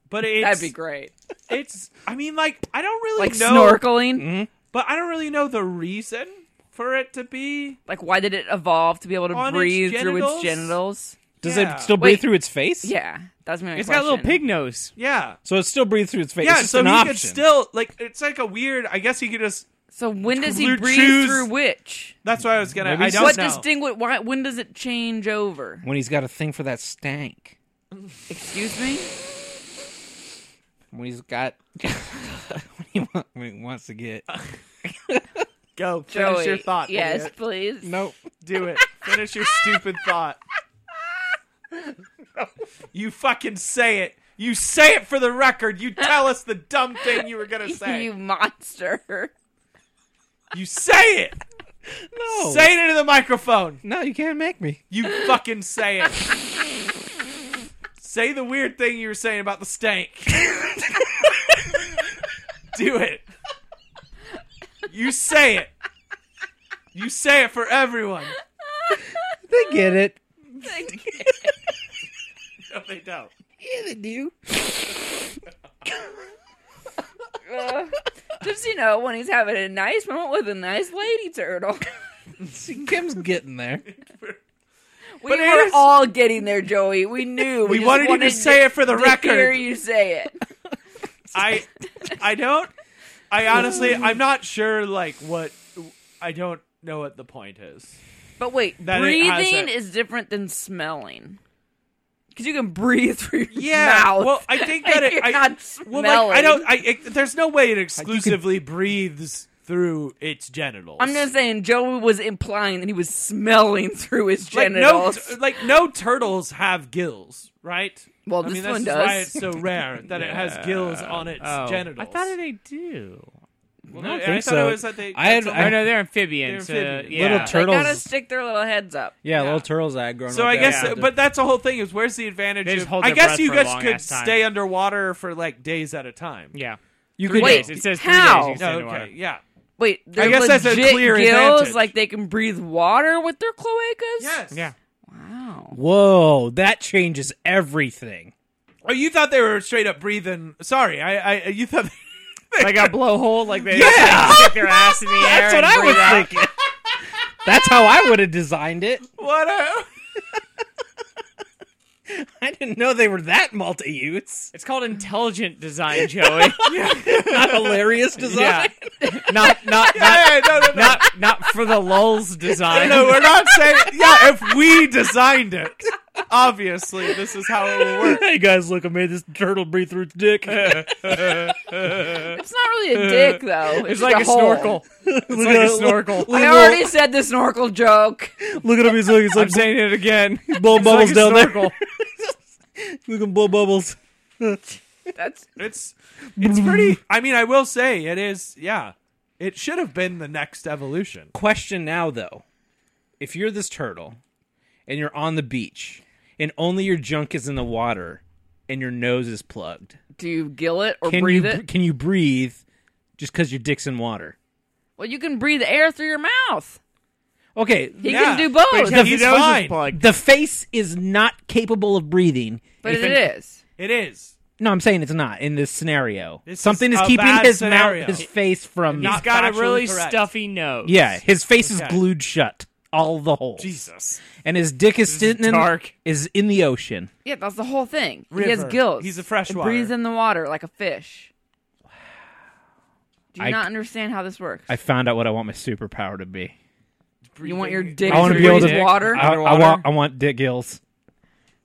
S2: but it's
S3: That'd be great.
S2: it's i mean like Mm-hmm. i don't really
S3: Like
S2: know
S3: snorkeling.
S2: but i don't really know the reason for it to be
S3: Like why did it evolve to be able to
S2: On its
S3: breathe through its
S2: genitals?
S3: genitals?
S4: Does
S2: Yeah.
S4: it still breathe
S3: Wait.
S4: through its face?
S3: Yeah, that's my.
S5: It's
S3: It's
S5: got a little pig nose.
S2: yeah
S4: So it still breathes through its face.
S2: yeah
S4: it's just
S2: so
S4: an
S2: he
S4: option.
S2: could still like it's like a weird i guess he could just
S3: So when does he
S2: Choose-
S3: breathe
S2: choose-
S3: through which?
S2: that's what i was gonna
S4: Maybe
S2: i don't
S3: What
S2: know
S3: distinguish? Why? When does it change over?
S4: when he's got a thing for that stank.
S3: Excuse me.
S4: When he's got when, he wa- when he wants to get
S2: Go
S3: Joey.
S2: finish your thought.
S3: Yes,
S2: idiot.
S3: please.
S2: Oh.
S4: nope.
S2: do it. Finish your stupid thought. You fucking say it. You say it for the record. You tell us the dumb thing you were gonna say.
S3: you
S2: You,
S3: monster.
S2: say it.
S4: No,
S2: Say it into the microphone.
S4: no, you can't make me.
S2: You fucking say it. say the weird thing you were saying about the stank. do it. You say it. You say it for everyone.
S4: They get it.
S2: No, they don't.
S4: Yeah, they do.
S3: Uh, just you know, when he's having a nice moment with a nice lady turtle,
S4: See, Kim's getting there.
S3: we
S2: But it
S3: were
S2: is-
S3: all getting there, Joey. We knew.
S2: We
S3: just
S2: wanted you to say it for the
S3: to Hear
S2: record.
S3: you say it.
S2: I I don't I honestly I'm not sure like what I don't know what the point is.
S3: But wait,
S2: That it has
S3: breathing
S2: a-
S3: is different than smelling. Because you can breathe through your
S2: Yeah.
S3: mouth.
S2: Well, I think that it
S3: You're
S2: I,
S3: not
S2: well, like, I don't
S3: smelling.
S2: I it, there's no way it exclusively breathes through its genitals.
S3: I'm just saying, Joey was implying that he was smelling through his
S2: like
S3: genitals.
S2: no, uh, like no turtles have gills, right?
S3: Well,
S2: I
S3: this
S2: mean, that's
S3: one
S2: just
S3: does.
S2: why it's so rare that it has gills on its
S5: Oh.
S2: genitals.
S5: I thought they do.
S2: Well,
S4: I don't
S2: I,
S4: think
S2: thought
S4: so.
S2: it was that they.
S4: I had-
S2: that's
S5: I
S2: all-
S5: know they're amphibians.
S2: They're amphibians.
S5: Uh, yeah.
S4: Little
S3: they gotta
S4: turtles.
S3: stick their little heads up.
S4: yeah, little turtles. I had grown
S2: So
S4: up.
S2: I
S4: there.
S2: guess,
S4: Yeah.
S2: but that's the whole thing is where's the advantage?
S5: They just
S2: of-
S5: hold
S2: I
S5: their
S2: guess
S5: breath
S2: you
S5: for a
S2: guys
S5: long
S2: could
S5: ass time.
S2: stay underwater for like days at a time.
S5: yeah.
S4: you
S5: Three
S4: could Oh,
S3: Wait,
S5: days. It says three
S3: how?
S5: days. You can
S2: No,
S5: stay in the water.
S2: okay, yeah,
S3: Wait, they're
S2: guess
S3: legit
S2: that's a clear
S3: gills,
S2: advantage.
S3: like they can breathe water with their cloacas.
S2: yes,
S5: Yeah.
S3: Wow.
S4: Whoa, that changes everything.
S2: Oh, you thought they were straight up breathing? Sorry, I, I you thought
S5: Like a blowhole. Like they
S4: Yeah.
S5: just, like, stick their ass in the air.
S4: That's what
S5: and
S4: I
S5: breathe
S4: was
S5: out.
S4: thinking. That's how I would have designed it.
S2: what? A,
S4: I didn't know they were that multi-use.
S5: It's called intelligent design, Joey.
S4: Not hilarious design.
S5: yeah. Not not not
S2: yeah, yeah, no, no, no.
S5: not not for the lulls design.
S2: no, we're not saying. Yeah, if we designed it, Obviously, this is how it will work.
S4: hey guys, look, I made this turtle breathe through its dick. look
S3: It's not really a dick though. It's,
S5: It's like a
S3: hole.
S5: snorkel. It's like a snorkel.
S3: I already said the snorkel joke.
S4: Look at him. He's like, he's
S5: I'm saying it again.
S4: blowing bubbles
S5: it's like a
S4: down there.
S5: snorkel.
S4: Look at him blow bubbles.
S3: That's
S2: It's it's pretty. I mean, I will say it is. Yeah, it should have been the next evolution.
S4: Question now, though. If you're this turtle and you're on the beach and only your junk is in the water and your nose is plugged,
S3: do you gill it or
S4: can
S3: breathe
S4: you
S3: it?
S4: can you breathe just because your dick's in water?
S3: Well, you can breathe air through your mouth.
S4: Okay,
S3: He
S2: Yeah,
S3: can Oh, do
S2: but
S3: both,
S4: The-
S2: He
S4: He's
S2: knows his
S4: fine.
S2: plug.
S4: the face is not capable of breathing.
S3: but
S2: Ethan-
S3: it is.
S2: It is.
S4: No, I'm saying it's not in this scenario.
S2: This
S4: Something
S2: is
S4: is,
S2: a
S4: keeping
S2: bad
S4: his
S2: scenario.
S4: mouth, his face from.
S5: He's
S2: Not
S5: got a
S2: factually
S5: really
S2: correct.
S5: stuffy nose.
S4: yeah, his face is
S2: Okay.
S4: glued shut, all the holes,
S2: Jesus.
S4: and his dick is sitting in
S5: dark.
S4: is in the ocean.
S3: Yeah, that's the whole thing. He has
S2: River.
S3: gills.
S2: He's a
S3: It
S2: freshwater.
S3: breathes in the water like a fish. Do you
S4: I-
S3: not understand how this works?
S4: I found out what I want my superpower to be.
S3: you want your dick
S4: I wanna
S3: to
S4: be able
S3: breathe
S4: to-
S3: water?
S4: I, I
S5: Underwater?
S4: want I want dick gills.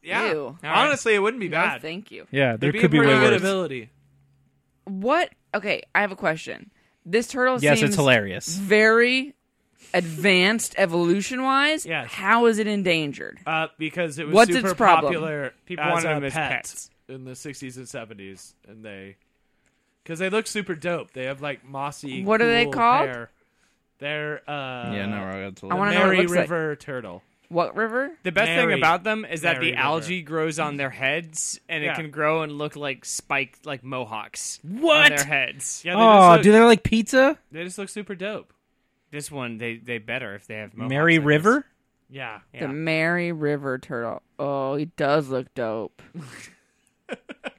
S2: Yeah.
S3: Ew. All
S5: right.
S2: Honestly, it wouldn't be
S3: no,
S2: bad.
S3: Oh, thank you.
S4: Yeah, there
S2: It'd
S4: could be
S2: a
S4: way
S2: pretty good
S4: worse.
S2: ability.
S3: What? Okay, I have a question. This turtle
S4: Yes,
S3: seems
S4: it's hilarious.
S3: very advanced evolution wise.
S2: Yes.
S3: How is it endangered?
S2: Uh, because it was
S3: What's
S2: super
S3: its problem?
S2: popular.
S5: People
S2: as
S5: wanted
S2: a
S5: them as
S2: pet
S5: pets.
S2: in the '60s and '70s, and they because they look super dope. They have like mossy.
S3: What are they
S2: cool
S3: called?
S2: hair. They're uh,
S4: yeah, no, we're
S3: I
S4: gonna
S3: want to know what it
S2: Mary
S3: looks like.
S2: River turtle.
S3: What river?
S5: The best
S2: Mary-
S5: thing about them is that
S2: Mary
S5: the
S2: River.
S5: algae grows on their heads, and
S2: Yeah.
S5: it can grow and look like spiked, like mohawks on
S4: What?
S5: their heads.
S2: Yeah, they just
S4: Oh,
S2: look,
S4: do they like pizza?
S2: they just look super dope.
S5: This one, they they better if they have mohawks
S4: Mary
S5: like this.
S4: River?
S2: Yeah.
S5: Yeah.
S3: The Mary River turtle. Oh, he does look dope.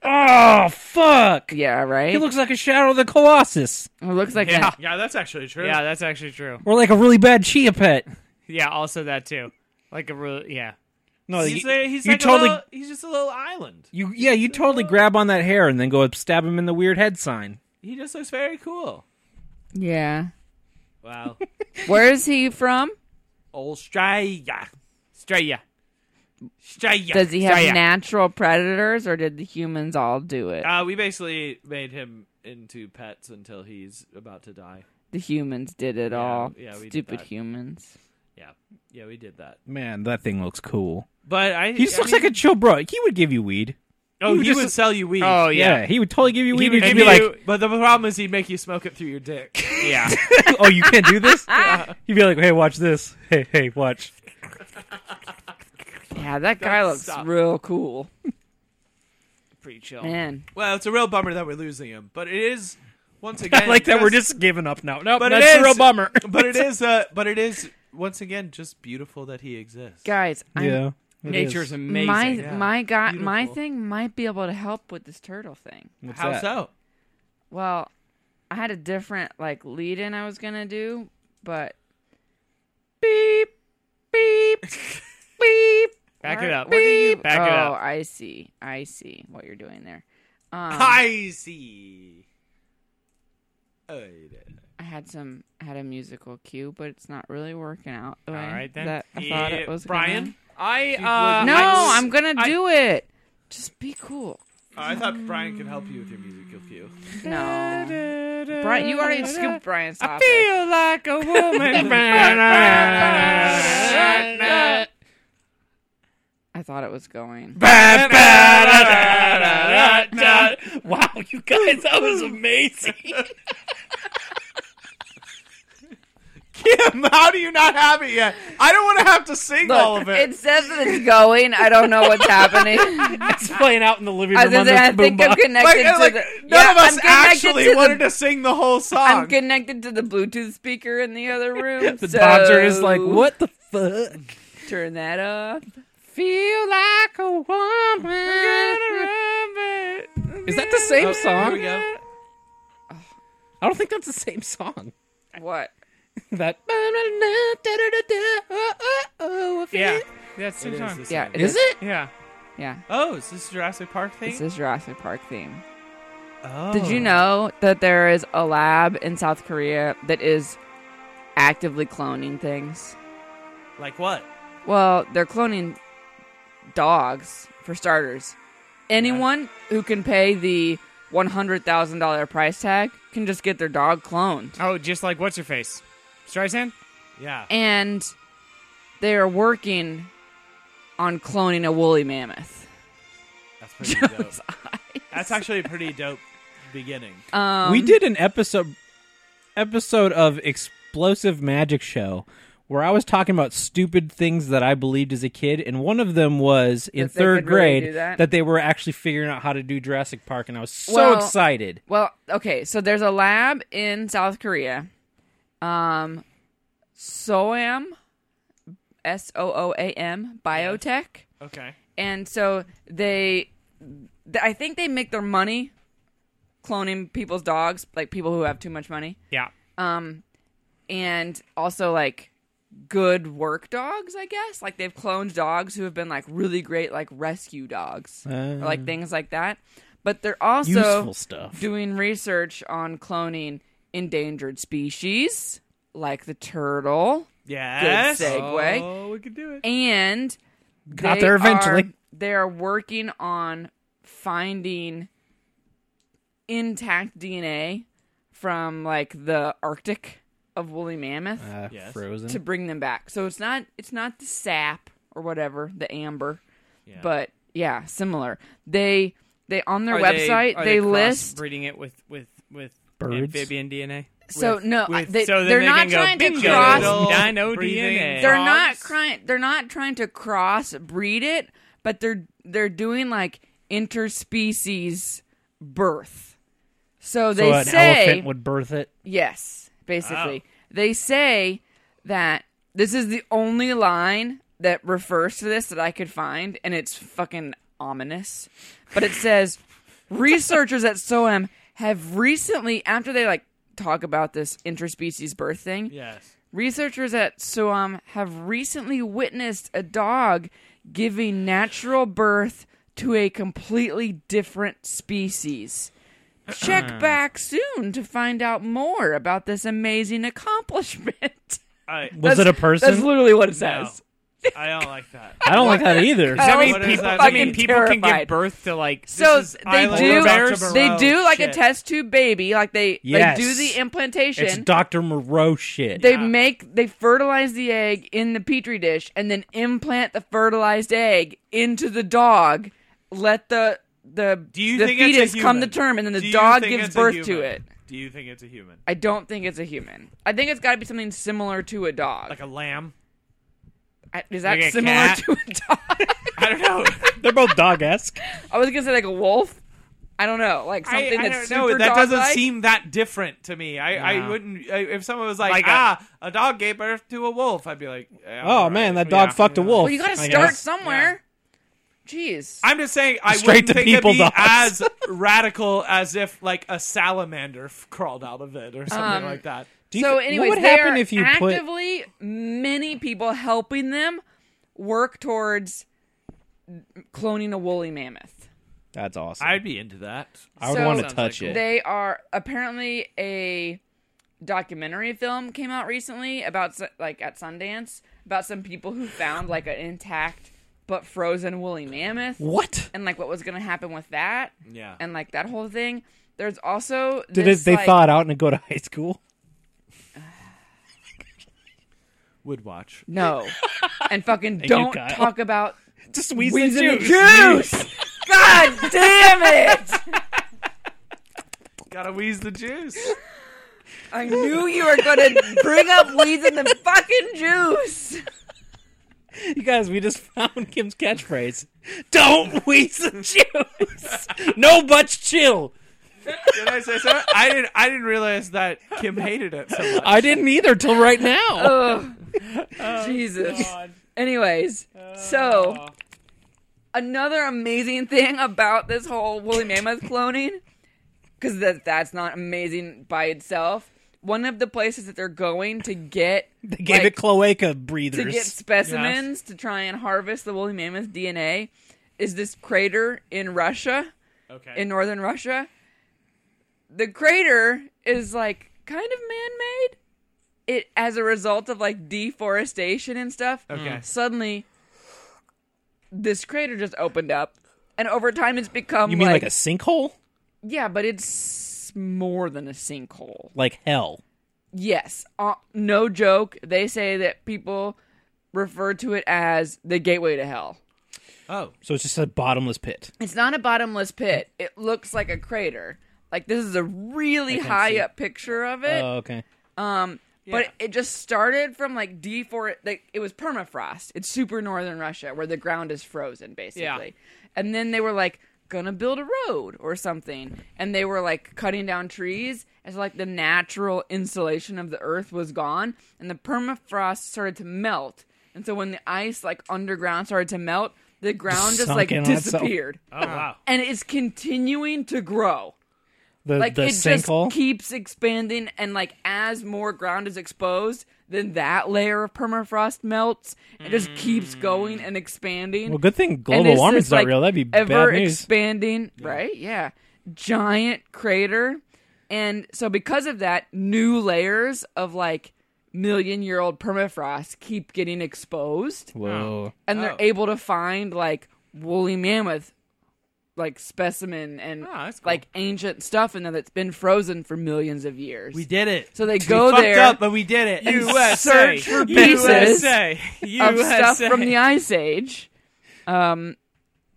S4: Oh fuck!
S3: Yeah, right.
S4: He looks like a shadow of the Colossus,
S3: It looks like
S5: Yeah.
S3: an-
S2: Yeah, that's actually true.
S5: Yeah, that's actually true.
S4: or like a really bad chia pet.
S5: Yeah, also that too. Like a real, yeah.
S4: No,
S2: he's,
S4: you,
S2: a, he's
S4: you
S2: like a
S4: totally,
S2: little- he's just a little island.
S4: you yeah, you totally grab on that hair and then go stab him in the weird head sign.
S2: He just looks very cool.
S3: yeah.
S2: Wow,
S3: Where is he from?
S2: Australia,
S5: Australia.
S2: Australia.
S3: Does he have
S5: Australia.
S3: natural predators, or did the humans all do it?
S2: Uh, we basically made him into pets until he's about to die.
S3: the humans did it all.
S2: yeah, we did
S3: Stupid
S2: that.
S3: humans.
S2: Yeah, yeah, we did that.
S4: Man, that thing looks cool.
S2: But I
S4: He just looks like a chill bro. He would give you weed.
S2: oh, he,
S4: he just-
S2: would sell you weed.
S5: Oh
S4: Yeah,
S5: yeah,
S4: he would totally give you weed.
S5: would
S4: He'd
S5: give
S4: be like,
S5: you-
S2: but the problem is he'd make you smoke it through your dick.
S5: yeah.
S4: oh, you can't do this? He'd be like, hey, watch this. Hey, hey, watch.
S3: Yeah, that guy looks
S2: sucks.
S3: real cool.
S5: Pretty chill.
S3: Man,
S2: well, it's a real bummer that we're losing him, but it is once again
S4: like that we're
S2: just-
S4: just giving up now. No,
S2: But
S4: but
S2: it
S4: that's
S2: is-
S4: a real bummer.
S2: But it is. Uh, but it is once again just beautiful that he exists.
S3: guys, I'm
S4: yeah.
S5: Nature's amazing.
S3: My
S2: yeah.
S3: my guy my
S2: Beautiful.
S3: thing might be able to help with this turtle thing.
S2: How so?
S3: Well, I had a different like lead in I was gonna do, but beep beep beep.
S5: Back
S3: Where-
S5: it up.
S3: where do you-
S5: Back it
S3: oh,
S5: up.
S3: I see. I see what you're doing there. Um,
S2: I see. Oh, yeah.
S3: I had some I had a musical cue, but it's not really working out the way
S5: All right, then.
S3: that Oh, I thought it
S2: Yeah,
S3: was.
S2: Brian.
S5: I uh,
S3: Gonna. No, I'm gonna do it. Just be cool.
S2: I thought Brian could help you with your musical cue.
S3: No, Brian, you already scooped Brian's topic.
S5: feel like a woman.
S3: I thought it was going.
S4: Wow, you guys, that was amazing.
S2: Kim, how do you not have it yet? I don't want to have to sing
S3: Look,
S2: all of it.
S3: it says that it's going. I don't know what's happening.
S4: it's playing out in the living
S3: I was
S4: room
S3: gonna
S4: on
S3: say,
S4: this
S3: I think I'm
S4: boombox.
S2: Like,
S3: connected
S2: like,
S3: to the.
S2: none
S3: yeah,
S2: of us
S3: I'm connected
S2: actually
S3: to the-
S2: wanted to sing the whole song.
S3: I'm connected to the Bluetooth speaker in the other room.
S4: The
S3: so
S4: doctor is like, what the fuck?
S3: Turn that up.
S4: Feel like a woman. Is that the same
S2: Here
S4: song?
S2: we go.
S4: I don't think that's the same song.
S3: What?
S4: That.
S5: Yeah, that's the same song.
S2: the
S3: Yeah.
S2: same.
S4: Is it?
S5: Yeah.
S3: Yeah.
S2: Oh, is this Jurassic Park thing?
S3: This is Jurassic Park theme.
S2: oh.
S3: Did you know that there is a lab in South Korea that is actively cloning things?
S2: Like what?
S3: Well, they're cloning dogs for starters. Anyone who can pay the one hundred thousand dollar price tag can just get their dog cloned.
S5: Oh, just like what's her face, Streisand? Yeah.
S3: and they are working on cloning a woolly mammoth.
S2: That's pretty dope. That's actually a pretty dope beginning.
S3: Um,
S4: we did an episode episode of Explosive Magic Show where I was talking about stupid things that I believed as a kid, and one of them was in
S3: That they
S4: third
S3: could really
S4: grade
S3: do that?
S4: they were actually figuring out how to do Jurassic Park, and I was so
S3: Well-
S4: excited.
S3: Well, okay, so there's a lab in South Korea. Um Soam S O O A M Biotech.
S5: Okay.
S3: And so they th- I think they make their money cloning people's dogs, like people who have too much money.
S5: Yeah.
S3: and also like good work dogs, I guess. Like they've cloned dogs who have been like really great, like rescue dogs, or, like things like that. But they're also
S4: Useful stuff.
S3: doing research on cloning endangered species, like the turtle. Good
S2: Yes.
S3: segue.
S5: Oh, we could do it.
S3: And
S4: Got
S3: they
S4: there eventually.
S3: Are, they are working on finding intact DNA from like the Arctic of woolly mammoth
S4: Uh,
S2: Yes.
S4: Frozen.
S3: to bring them back. So it's not it's not the sap or whatever the amber, but yeah, similar. They they on their website
S5: they, are
S3: they, list
S5: breeding it with with with
S4: Birds?
S5: amphibian DNA.
S3: so
S5: With-
S3: no
S5: with-
S3: Oh, they,
S5: so then
S3: they're
S5: they
S3: not
S5: can go,
S3: trying to
S5: "Bingo,
S3: cross.
S5: turtle, dino
S2: breathing
S5: DNA.
S3: They're not
S2: frogs."
S3: trying. They're not trying to cross breed it, but they're they're doing like interspecies birth. So
S4: so
S3: they
S4: Oh, an
S3: say
S4: elephant would birth it.
S3: Yes, basically. They say that this is the only line that refers to this that I could find, and it's fucking ominous. But it says researchers at SOAM have recently, after they like talk about this interspecies birth thing,
S2: Yes.
S3: researchers at SOAM have recently witnessed a dog giving natural birth to a completely different species.
S2: Hmm.
S3: Check back soon to find out more about this amazing accomplishment.
S2: I,
S4: Was it a person?
S3: That's literally what it
S2: no.
S3: says.
S2: I don't like that.
S4: I don't like that either.
S5: Does that
S3: I
S5: mean
S2: was
S5: people?
S2: fucking
S5: I mean, people can
S3: terrified.
S5: give birth to like.
S3: So
S2: is
S3: they
S2: Isla
S3: do,
S2: Roberts
S3: they do like a
S2: shit.
S3: test tube baby, like they
S4: Yes.
S3: they do the implantation.
S4: It's Dr. Moreau shit.
S3: they make they fertilize the egg in the petri dish and then implant the fertilized egg into the dog let the the
S2: Do you
S3: the
S2: think it's
S3: fetus
S2: a
S3: come to
S2: human?
S3: term and then the
S2: Do you
S3: dog
S2: think
S3: gives
S2: it's a
S3: birth to
S2: human?
S3: it
S2: Do you think it's a human?
S3: i don't think it's a human i think it's got to be something similar to a dog
S2: Like a lamb?
S3: I- is that
S5: like a
S3: similar
S5: cat?
S3: to a dog
S2: I don't know.
S4: They're both dog esque.
S3: i was gonna say like a wolf i don't know like something
S2: I, I
S3: that's
S2: don't know.
S3: super
S2: That doesn't
S3: dog-like.
S2: seem that different to me. I, I
S5: No.
S2: wouldn't. I, if someone was like,
S5: Like a-
S2: ah, a, dog gave birth to a wolf, I'd be like, yeah,
S4: Oh
S2: all
S4: man,
S2: right.
S4: that dog
S5: Yeah.
S4: fucked a wolf.
S3: well you gotta
S4: I
S3: start
S4: guess.
S3: somewhere jeez
S2: I'm just saying, I wouldn't
S4: Straight to
S2: think it'd
S4: people
S2: be
S4: dogs.
S2: as radical as if like a salamander f- crawled out of it or something
S3: Um,
S2: like that.
S4: Do you
S3: so,
S4: thi-
S3: anyways,
S4: what would
S3: they
S4: happen
S3: are
S4: if you put
S3: actively many people helping them work towards cloning a woolly mammoth.
S4: That's awesome.
S2: I'd be into that.
S4: I would
S3: So-
S4: want to
S3: Sounds
S4: touch it.
S3: They are apparently a documentary film came out recently about s- like at Sundance about some people who found like an intact but frozen woolly mammoth
S4: what?
S3: and like what was going to happen with that
S2: Yeah.
S3: and like that whole thing. There's also
S4: Did
S3: this,
S4: it, they
S3: like-
S4: thaw it out and go to high school?
S2: Would watch.
S3: no and fucking don't
S4: Kyle.
S3: talk about
S4: Just squeeze
S3: Weeds in the juice. God damn it!
S2: Gotta wheeze the juice.
S3: I knew you were gonna bring up weeds in the fucking juice.
S4: You guys, we just found Kim's catchphrase. Don't wheeze the juice. no much chill.
S2: Did I say so? I didn't. I didn't realize that Kim hated it so much.
S4: I didn't either till right now.
S3: Ugh. Jesus. Anyways, so another amazing thing about this whole woolly mammoth cloning, because that that's not amazing by itself. One of the places that they're going to get
S4: they gave
S3: like-
S4: it cloaca
S3: to
S4: breathers.
S3: get specimens to try and harvest the woolly mammoth DNA is this crater in Russia.
S2: Okay.
S3: in northern Russia. The crater is like kind of man-made. It as a result of like deforestation and stuff.
S2: Okay.
S3: Suddenly Hmm. this crater just opened up, and over time it's become
S4: You mean like,
S3: like,
S4: a sinkhole?
S3: yeah, but it's more than a sinkhole.
S4: Like hell.
S3: Yes, uh, no joke. They say that people refer to it as the gateway to hell.
S2: Oh,
S4: So it's just a bottomless pit.
S3: It's not a bottomless pit. It looks like a crater. Like this is a really
S4: can
S3: high
S4: see.
S3: up picture of it.
S4: Oh, okay.
S3: But it, it just started from like D4. Like, it was permafrost. It's super northern Russia where the ground is frozen, basically. And then they were like, gonna build a road or something. And they were like cutting down trees. And so, like, the natural insulation of the earth was gone. And the permafrost started to melt. And so, when the ice, like, underground started to melt, the ground just
S4: Sunk
S3: like
S4: in on itself.
S3: disappeared.
S2: oh wow.
S3: And it's continuing to grow
S4: The,
S3: like
S4: the
S3: it
S4: sinkhole.
S3: just keeps expanding and like as more ground is exposed then that layer of permafrost melts it just keeps going and expanding
S4: well, good thing
S3: And
S4: global
S3: it's
S4: warming's
S3: this,
S4: not
S3: like,
S4: real. That'd be
S3: ever
S4: bad news.
S3: expanding right yeah giant crater and so because of that new layers of like million year old permafrost keep getting exposed
S4: Whoa.
S3: and they're
S2: Oh.
S3: able to find like woolly mammoth like specimen and
S5: Oh, that's cool.
S3: like ancient stuff in there that's been frozen for millions of years.
S2: We did it.
S3: so they go
S2: fucked
S3: there
S2: up, but we did it.
S5: USA.
S3: search for pieces
S5: USA.
S3: of
S5: USA.
S3: stuff from the ice age. Um,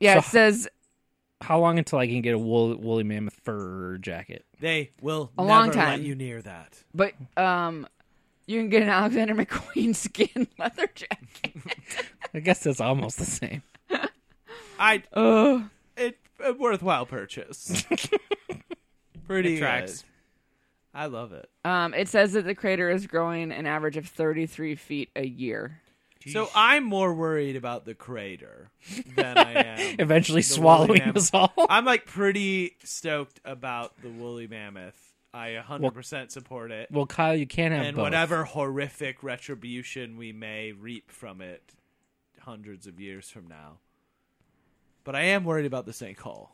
S3: yeah, it
S4: So-
S3: says
S4: How long until I can get a wool, woolly mammoth fur jacket?
S2: They will
S3: A
S2: never
S3: long
S2: let
S3: time.
S2: you near that.
S3: but um, you can get an Alexander McQueen skin leather jacket.
S4: I guess that's almost the same.
S2: I
S3: Oh,
S2: it a worthwhile purchase. Pretty
S5: It tracks.
S2: good. I love it.
S3: um, it says that the crater is growing an average of 33 feet a year.
S2: So I'm more worried about the crater than I am.
S4: Eventually
S2: the woolly
S4: swallowing
S2: mammoth.
S4: us all.
S2: I'm like pretty stoked about the woolly mammoth. I 100% support it.
S4: well, Kyle, you can't have
S2: and
S4: both.
S2: whatever horrific retribution we may reap from it hundreds of years from now. But I am worried about the sinkhole.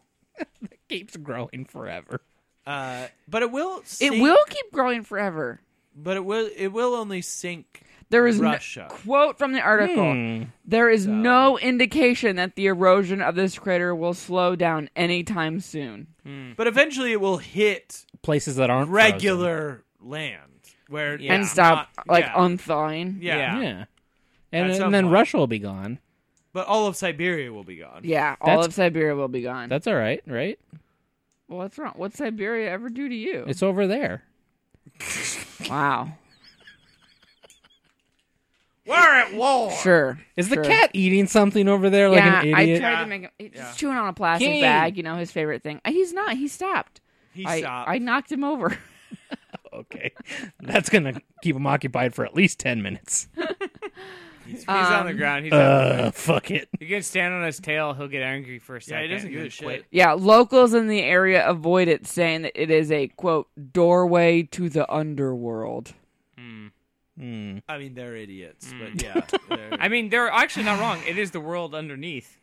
S4: keeps growing forever.
S2: Uh, but it will
S3: It
S2: sink,
S3: will keep growing forever.
S2: but it will it will only sink
S3: There is no,
S2: Russia. Hmm.
S3: quote from the article. There is no indication that the erosion of this crater will slow down anytime soon.
S2: but eventually it will hit
S4: Places that aren't frozen.
S2: regular land where
S5: Yeah.
S3: and
S2: it's
S3: stop uh,
S2: not-
S3: like
S2: yeah,
S3: unthawing.
S2: yeah.
S5: Yeah.
S4: Yeah. And,
S2: At
S4: then-
S2: some
S4: and then
S2: point.
S4: Russia will be gone.
S2: But all of Siberia will be gone.
S3: Yeah, all
S4: That's-
S3: of Siberia will be gone.
S4: That's all right, right?
S3: well, what's wrong? What's Siberia ever do to you?
S4: It's over there.
S3: wow.
S2: We're at war.
S3: Sure.
S4: Is
S3: sure.
S4: the cat eating something over there like
S3: yeah,
S4: an
S3: I
S4: idiot?
S3: tried
S2: Yeah.
S3: to make him. He's
S2: Yeah.
S3: chewing on a plastic
S4: King.
S3: bag, you know, his favorite thing. Uh, He's not. He stopped.
S2: He
S3: I,
S2: stopped.
S3: I knocked him over.
S4: okay. That's going to keep him occupied for at least 10 minutes.
S5: He's on
S3: um,
S5: the ground. He's on the ground.
S4: Uh, fuck it.
S5: You can stand on his tail. He'll get angry for a
S2: yeah,
S5: second.
S2: he doesn't
S5: and
S2: give
S5: then
S2: a
S5: quit.
S2: shit.
S3: Yeah, locals in the area avoid it, saying that it is a quote doorway to the underworld.
S2: I mean, they're idiots,
S3: Mm.
S2: but yeah. they're-
S5: I mean, they're actually not wrong. It is the world underneath.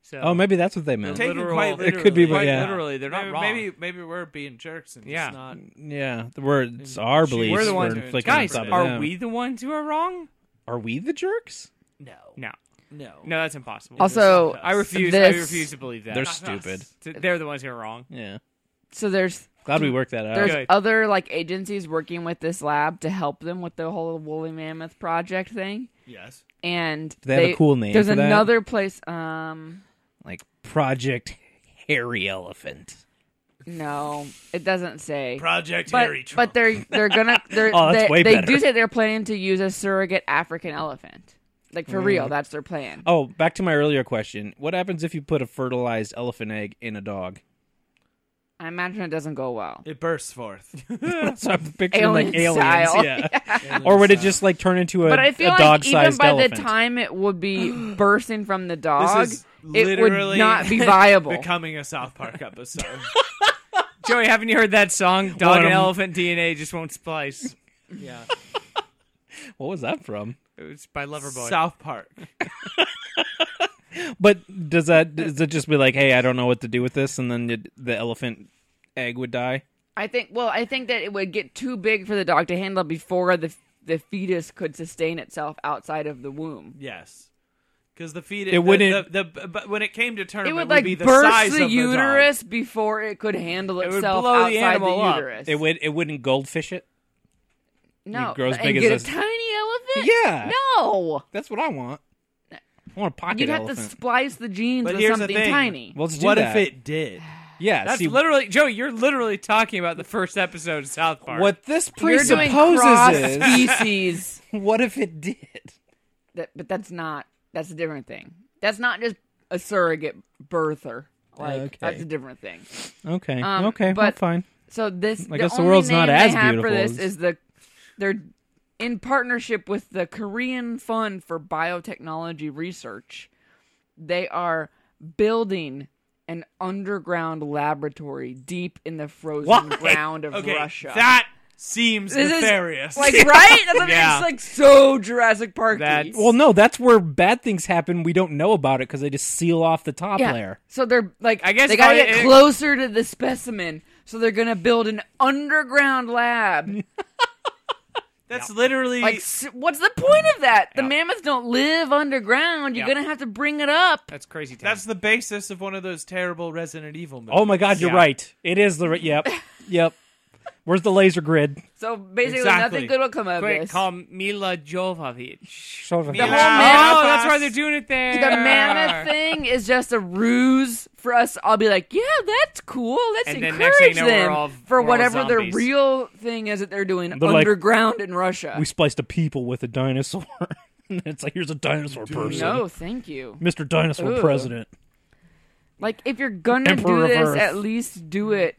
S5: So
S4: Oh, maybe that's what they meant.
S2: Taken
S5: literal-
S2: quite
S4: It could be,
S2: literally.
S4: but
S5: quite
S4: yeah.
S5: literally, they're not
S2: maybe,
S5: wrong.
S2: Maybe maybe we're being jerks and
S5: Yeah.
S2: it's not.
S4: Yeah, the word it's our
S2: She-
S4: beliefs.
S5: we're the ones
S4: were
S2: who-
S4: inflicted
S5: guys.
S4: upon
S5: Are
S4: them.
S5: we the ones who are wrong?
S4: Are we the jerks?
S2: No.
S5: No,
S2: No.
S5: no, that's impossible.
S3: Also,
S5: I refuse.
S3: This,
S5: I refuse to believe that.
S4: They're stupid.
S5: They're the ones who are wrong.
S4: Yeah.
S3: So there's
S4: Glad we worked that out.
S3: there's
S5: Good.
S3: other like agencies working with this lab to help them with the whole woolly mammoth project thing.
S2: Yes.
S3: And
S4: they have a cool name
S3: There's
S4: for that?
S3: another place. Um,
S4: like Project Hairy Elephant.
S3: no, it doesn't say.
S2: Project
S3: But,
S2: Harry Trump.
S3: but they're they're gonna they're,
S4: Oh, that's
S3: they,
S4: way
S3: they
S4: better.
S3: do say they're planning to use a surrogate African elephant. Like for real, that's their plan.
S4: Oh, back to my earlier question. What happens if you put a fertilized elephant egg in a dog?
S3: I imagine it doesn't go well.
S2: it bursts forth.
S4: That's what I'm picturing like
S3: Hmm. Alien
S4: aliens.
S3: style.
S4: Yeah. Or would it just like turn into a,
S3: But I feel
S4: a
S3: like
S4: dog
S3: even
S4: sized
S3: by
S4: elephant?
S3: the time it would be bursting from the dog,
S2: is
S3: it would
S2: literally
S3: not be viable.
S2: becoming a South Park episode?
S5: Joey, haven't you heard that song? Dog
S4: One of
S5: and
S4: 'em.
S5: elephant DNA just won't splice.
S2: yeah.
S4: What was that from?
S5: It was by Loverboy.
S2: South Park.
S4: But does that does it just be like, hey, I don't know what to do with this, and then it, the elephant egg would die?
S3: I think. Well, I think that it would get too big for the dog to handle before the the fetus could sustain itself outside of the womb.
S2: Yes. because the fetus.
S4: It
S2: the-
S4: wouldn't-
S2: The, the, but when it came to term,
S3: It
S2: would
S3: would like
S2: be the size
S3: burst
S2: of
S3: the
S2: dog.
S3: uterus before it could handle
S2: would
S3: itself
S2: blow the
S3: outside
S2: animal up.
S3: uterus.
S4: It would it wouldn't goldfish it.
S3: no,
S4: it grows
S3: and
S4: big as
S3: get
S4: this-
S3: a tiny elephant.
S4: Yeah.
S3: no,
S4: That's what I want. I want a pocket
S3: you'd have to
S4: elephant.
S3: splice the genes
S2: But
S3: with
S2: here's the
S3: something
S2: thing.
S3: tiny.
S4: well, let's do
S2: What
S4: that.
S2: if it did?
S4: Yeah.
S5: That's
S4: see,
S5: literally Joey. You're literally talking about the first episode of South Park.
S4: what this
S3: You're doing
S4: presupposes
S3: cross
S4: is
S3: species,
S4: what if it did?
S3: that, but that's not. That's a different thing. That's not just a surrogate birther. Like
S4: Okay.
S3: that's a different thing.
S4: Okay.
S3: Um,
S4: okay. well,
S3: but-
S4: fine.
S3: So this,
S4: I
S3: the
S4: guess the
S3: only
S4: world's not
S3: name
S4: as
S3: they have for
S4: beautiful
S3: this
S4: as-
S3: is the they're in partnership with the Korean Fund for Biotechnology Research. They are building an underground laboratory deep in the frozen
S4: Why?
S3: ground of
S2: Okay,
S3: Russia.
S2: that seems
S3: This is
S2: nefarious.
S3: like right? That's what
S5: Yeah.
S3: It's like so Jurassic Park.
S5: That's-
S4: Well, no, that's where bad things happen. We don't know about it because they just seal off the top
S3: yeah.
S4: layer.
S3: So they're like,
S5: I guess
S3: they gotta
S5: how
S3: get
S5: it-
S3: closer to the specimen. So they're gonna build an underground lab.
S2: That's literally
S3: Like, s- what's the point of that? The mammoths don't live underground. You're
S5: Yeah.
S3: gonna have to bring it up.
S5: That's crazy. Town.
S2: that's the basis of one of those terrible Resident Evil movies.
S4: Oh my God, you're
S5: Yeah.
S4: right. It is the ri- yep, yep. Where's the laser grid?
S3: So basically,
S2: Exactly.
S3: nothing good will come of
S5: quick.
S3: this.
S5: Call Mila Jovovich.
S4: Sort of.
S2: The
S3: whole man-
S5: Oh, that's why they're doing it there.
S3: the mammoth thing is just a ruse for us. I'll be like, yeah, that's cool. Let's
S5: And then
S3: encourage
S5: next thing you know, we're
S3: them
S5: all-
S3: for
S5: we're all
S3: whatever their
S5: zombies.
S3: real thing is that they're doing
S4: They're like,
S3: underground in Russia.
S4: we spliced a people with a dinosaur. and it's like here's a dinosaur person,
S3: no, thank you.
S4: Mr. Dinosaur
S3: Ooh.
S4: President.
S3: Like, if you're gonna
S4: Emperor
S3: do
S4: of
S3: this,
S4: Earth.
S3: at least do it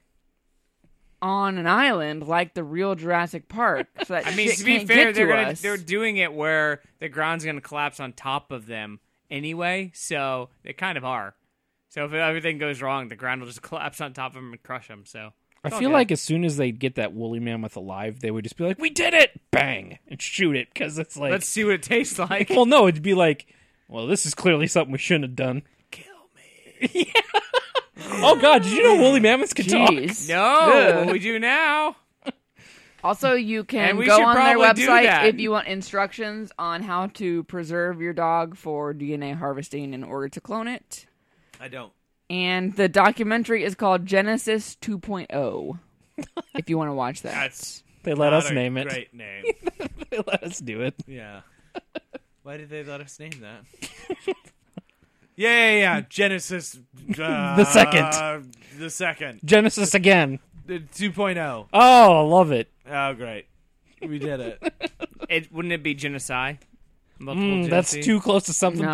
S3: on an island like the real Jurassic Park. So that
S5: I mean,
S3: shit
S5: to be
S3: can't
S5: fair,
S3: get
S5: they're
S3: to
S5: gonna,
S3: us.
S5: they're doing it where the ground's going to collapse on top of them anyway, so they kind of are. So if everything goes wrong, the ground will just collapse on top of them and crush them. So
S4: I feel like as soon as they get that woolly mammoth alive, they would just be like, "We did it!" Bang and shoot it because it's like,
S5: let's see what it tastes like.
S4: well, no, it'd be like, well, this is clearly something we shouldn't have done. Kill me. yeah. oh God, did you know woolly mammoths could talk?
S3: Jeez.
S5: no, what we do now.
S3: Also, you can
S5: And we
S3: go
S5: should
S3: on their
S5: probably do
S3: website
S5: that.
S3: if you want instructions on how to preserve your dog for DNA harvesting in order to clone it.
S2: I don't.
S3: And the documentary is called Genesis 2.0. if you want to watch that,
S2: That's
S4: They let
S2: not
S4: us
S2: a
S4: name it.
S2: Great name.
S4: They let us do it.
S2: Yeah. Why did they let us name that? yeah, yeah, yeah. Genesis. Uh,
S4: The second.
S2: The second.
S4: Genesis again.
S2: The 2.0.
S4: Oh, I love it.
S2: Oh, great. We did it.
S5: It wouldn't it be genocide? Multiple
S4: Mm, that's
S5: genocide?
S4: too close to something
S3: no,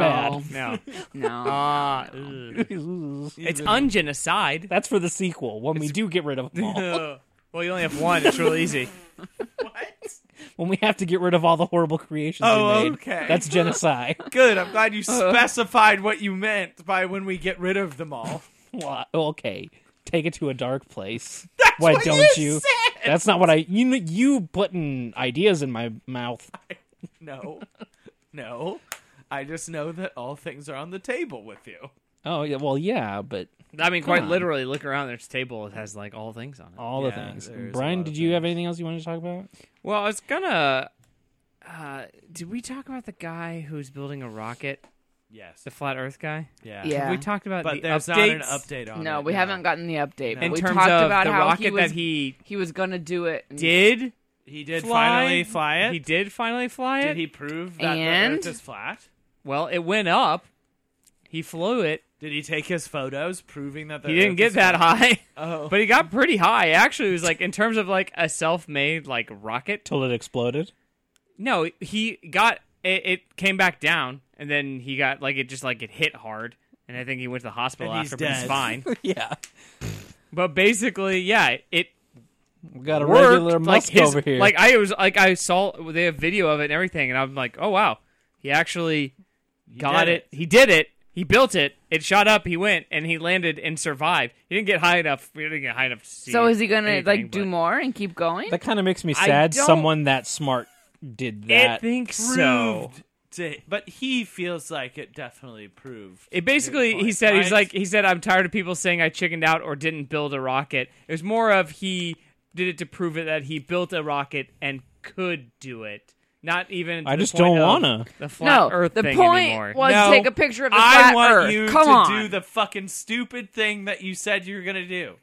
S4: bad.
S5: No,
S3: no,
S5: Ah, ugh. it's
S2: Even-
S5: ungenocide.
S4: That's for the sequel when we do get rid of them all.
S5: Ugh. well, you only have one. It's real easy.
S4: when we have to get rid of all the horrible creations
S2: Oh,
S4: we made.
S2: okay.
S4: That's genocide.
S2: Good. I'm glad you specified what you meant by when we get rid of them all.
S4: Why- okay, take it to a dark place. Why don't you? That's not what I. You kn- you putting ideas in my mouth.
S2: No. No. I just know that all things are on the table with you.
S4: Oh yeah, well yeah, but
S5: I mean, quite
S4: on.
S5: literally. Look around. There's table. It has like all things on it.
S4: all the
S2: Yeah,
S4: things.
S2: there's a
S4: Brian,
S2: lot of
S4: did you have anything else you wanted to talk about?
S5: Well, I was gonna. Uh, did we talk about the guy who's building a rocket?
S2: Yes.
S5: The flat Earth guy.
S2: Yeah.
S3: Yeah.
S5: We talked about
S2: But
S5: the
S2: there's not
S5: updates
S2: an update on it.
S3: no, we haven't gotten the update. But
S5: in
S3: we
S5: terms
S3: talked
S5: of
S3: about
S5: the
S3: how
S5: rocket
S3: he was
S5: that he
S3: he was gonna do it. and-
S5: did.
S2: He did
S5: fly.
S2: finally fly it.
S5: He did finally fly it.
S2: Did he prove that
S3: And?
S2: the Earth is flat?
S5: Well, it went up. He flew it.
S2: Did he take his photos proving that the
S5: He didn't
S2: Earth
S5: get
S2: is
S5: that
S2: flat?
S5: high,
S2: Oh,
S5: but he got pretty high. Actually, it was like in terms of like a self-made like rocket.
S4: Till it exploded.
S5: No, he got it, it came back down, and then he got like it just like it hit hard, and I think he went to the hospital
S2: And he's
S5: after, but he's
S2: dead.
S5: fine.
S4: yeah,
S5: but basically, yeah, it
S4: we got a
S5: worked.
S4: regular
S5: like
S4: musk
S5: his-
S4: over here.
S5: Like I was like I saw they have video of it and everything, and I'm like, oh wow, he actually got
S2: did
S5: it. He did it. He built it. It shot up. He went and he landed and survived. He didn't get high enough. We didn't get high enough. To see
S3: So is he gonna
S5: anything,
S3: like do
S5: but-
S3: more and keep going?
S4: that kind of makes me
S5: I
S4: sad.
S5: don't-
S4: Someone that smart did
S5: I
S4: that.
S5: think
S2: proved
S5: so.
S2: to- but he feels like it definitely proved.
S5: It basically,
S2: his
S5: he
S2: point,
S5: said, he's
S2: right?
S5: like, he said, I'm tired of people saying I chickened out or didn't build a rocket. It was more of he did it to prove it that he built a rocket and could do it, Not even.
S4: I
S5: the
S4: just
S5: point
S4: don't
S5: of
S4: wanna.
S5: the flat
S3: No,
S5: Earth
S3: the
S5: thing
S3: point
S5: anymore.
S3: was
S2: No,
S3: take a picture of the
S2: I
S3: flat
S2: want
S3: Earth.
S2: you
S3: Come
S2: to
S3: on.
S2: do the fucking stupid thing that you said you were gonna do.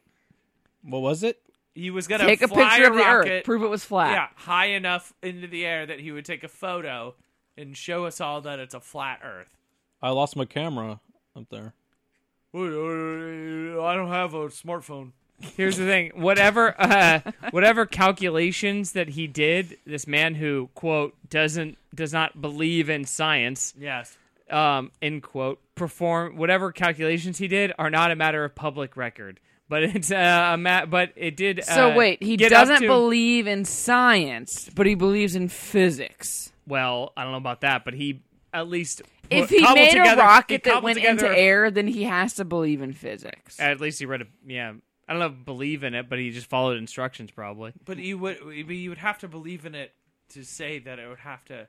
S4: What was it?
S2: He was gonna
S3: take a
S2: fly
S3: picture of the Earth.
S2: rocket-
S3: Prove it was flat.
S2: Yeah, high enough into the air that he would take a photo and show us all that it's a flat Earth.
S4: I lost my camera up there.
S2: I don't have a smartphone.
S5: Here's the thing. Whatever uh, whatever calculations that he did, this man who quote doesn't does not believe in science,
S2: Yes.
S5: um, end quote, perform whatever calculations he did are not a matter of public record. But it's uh, a ma- but it did.
S3: So
S5: uh,
S3: wait, he
S5: get up
S3: doesn't
S5: to-
S3: believe in science, but he believes in physics.
S5: Well, I don't know about that, but he at least
S3: If
S5: put-
S3: he
S5: cobbled
S3: made
S5: together-
S3: a
S5: he
S3: rocket that
S5: cobbled
S3: went
S5: together Uh,
S3: into air, then he has to believe in physics.
S5: At least he read a yeah. I don't know, if believe in it, but he just followed instructions probably.
S2: But you would but you would have to believe in it to say that it would have to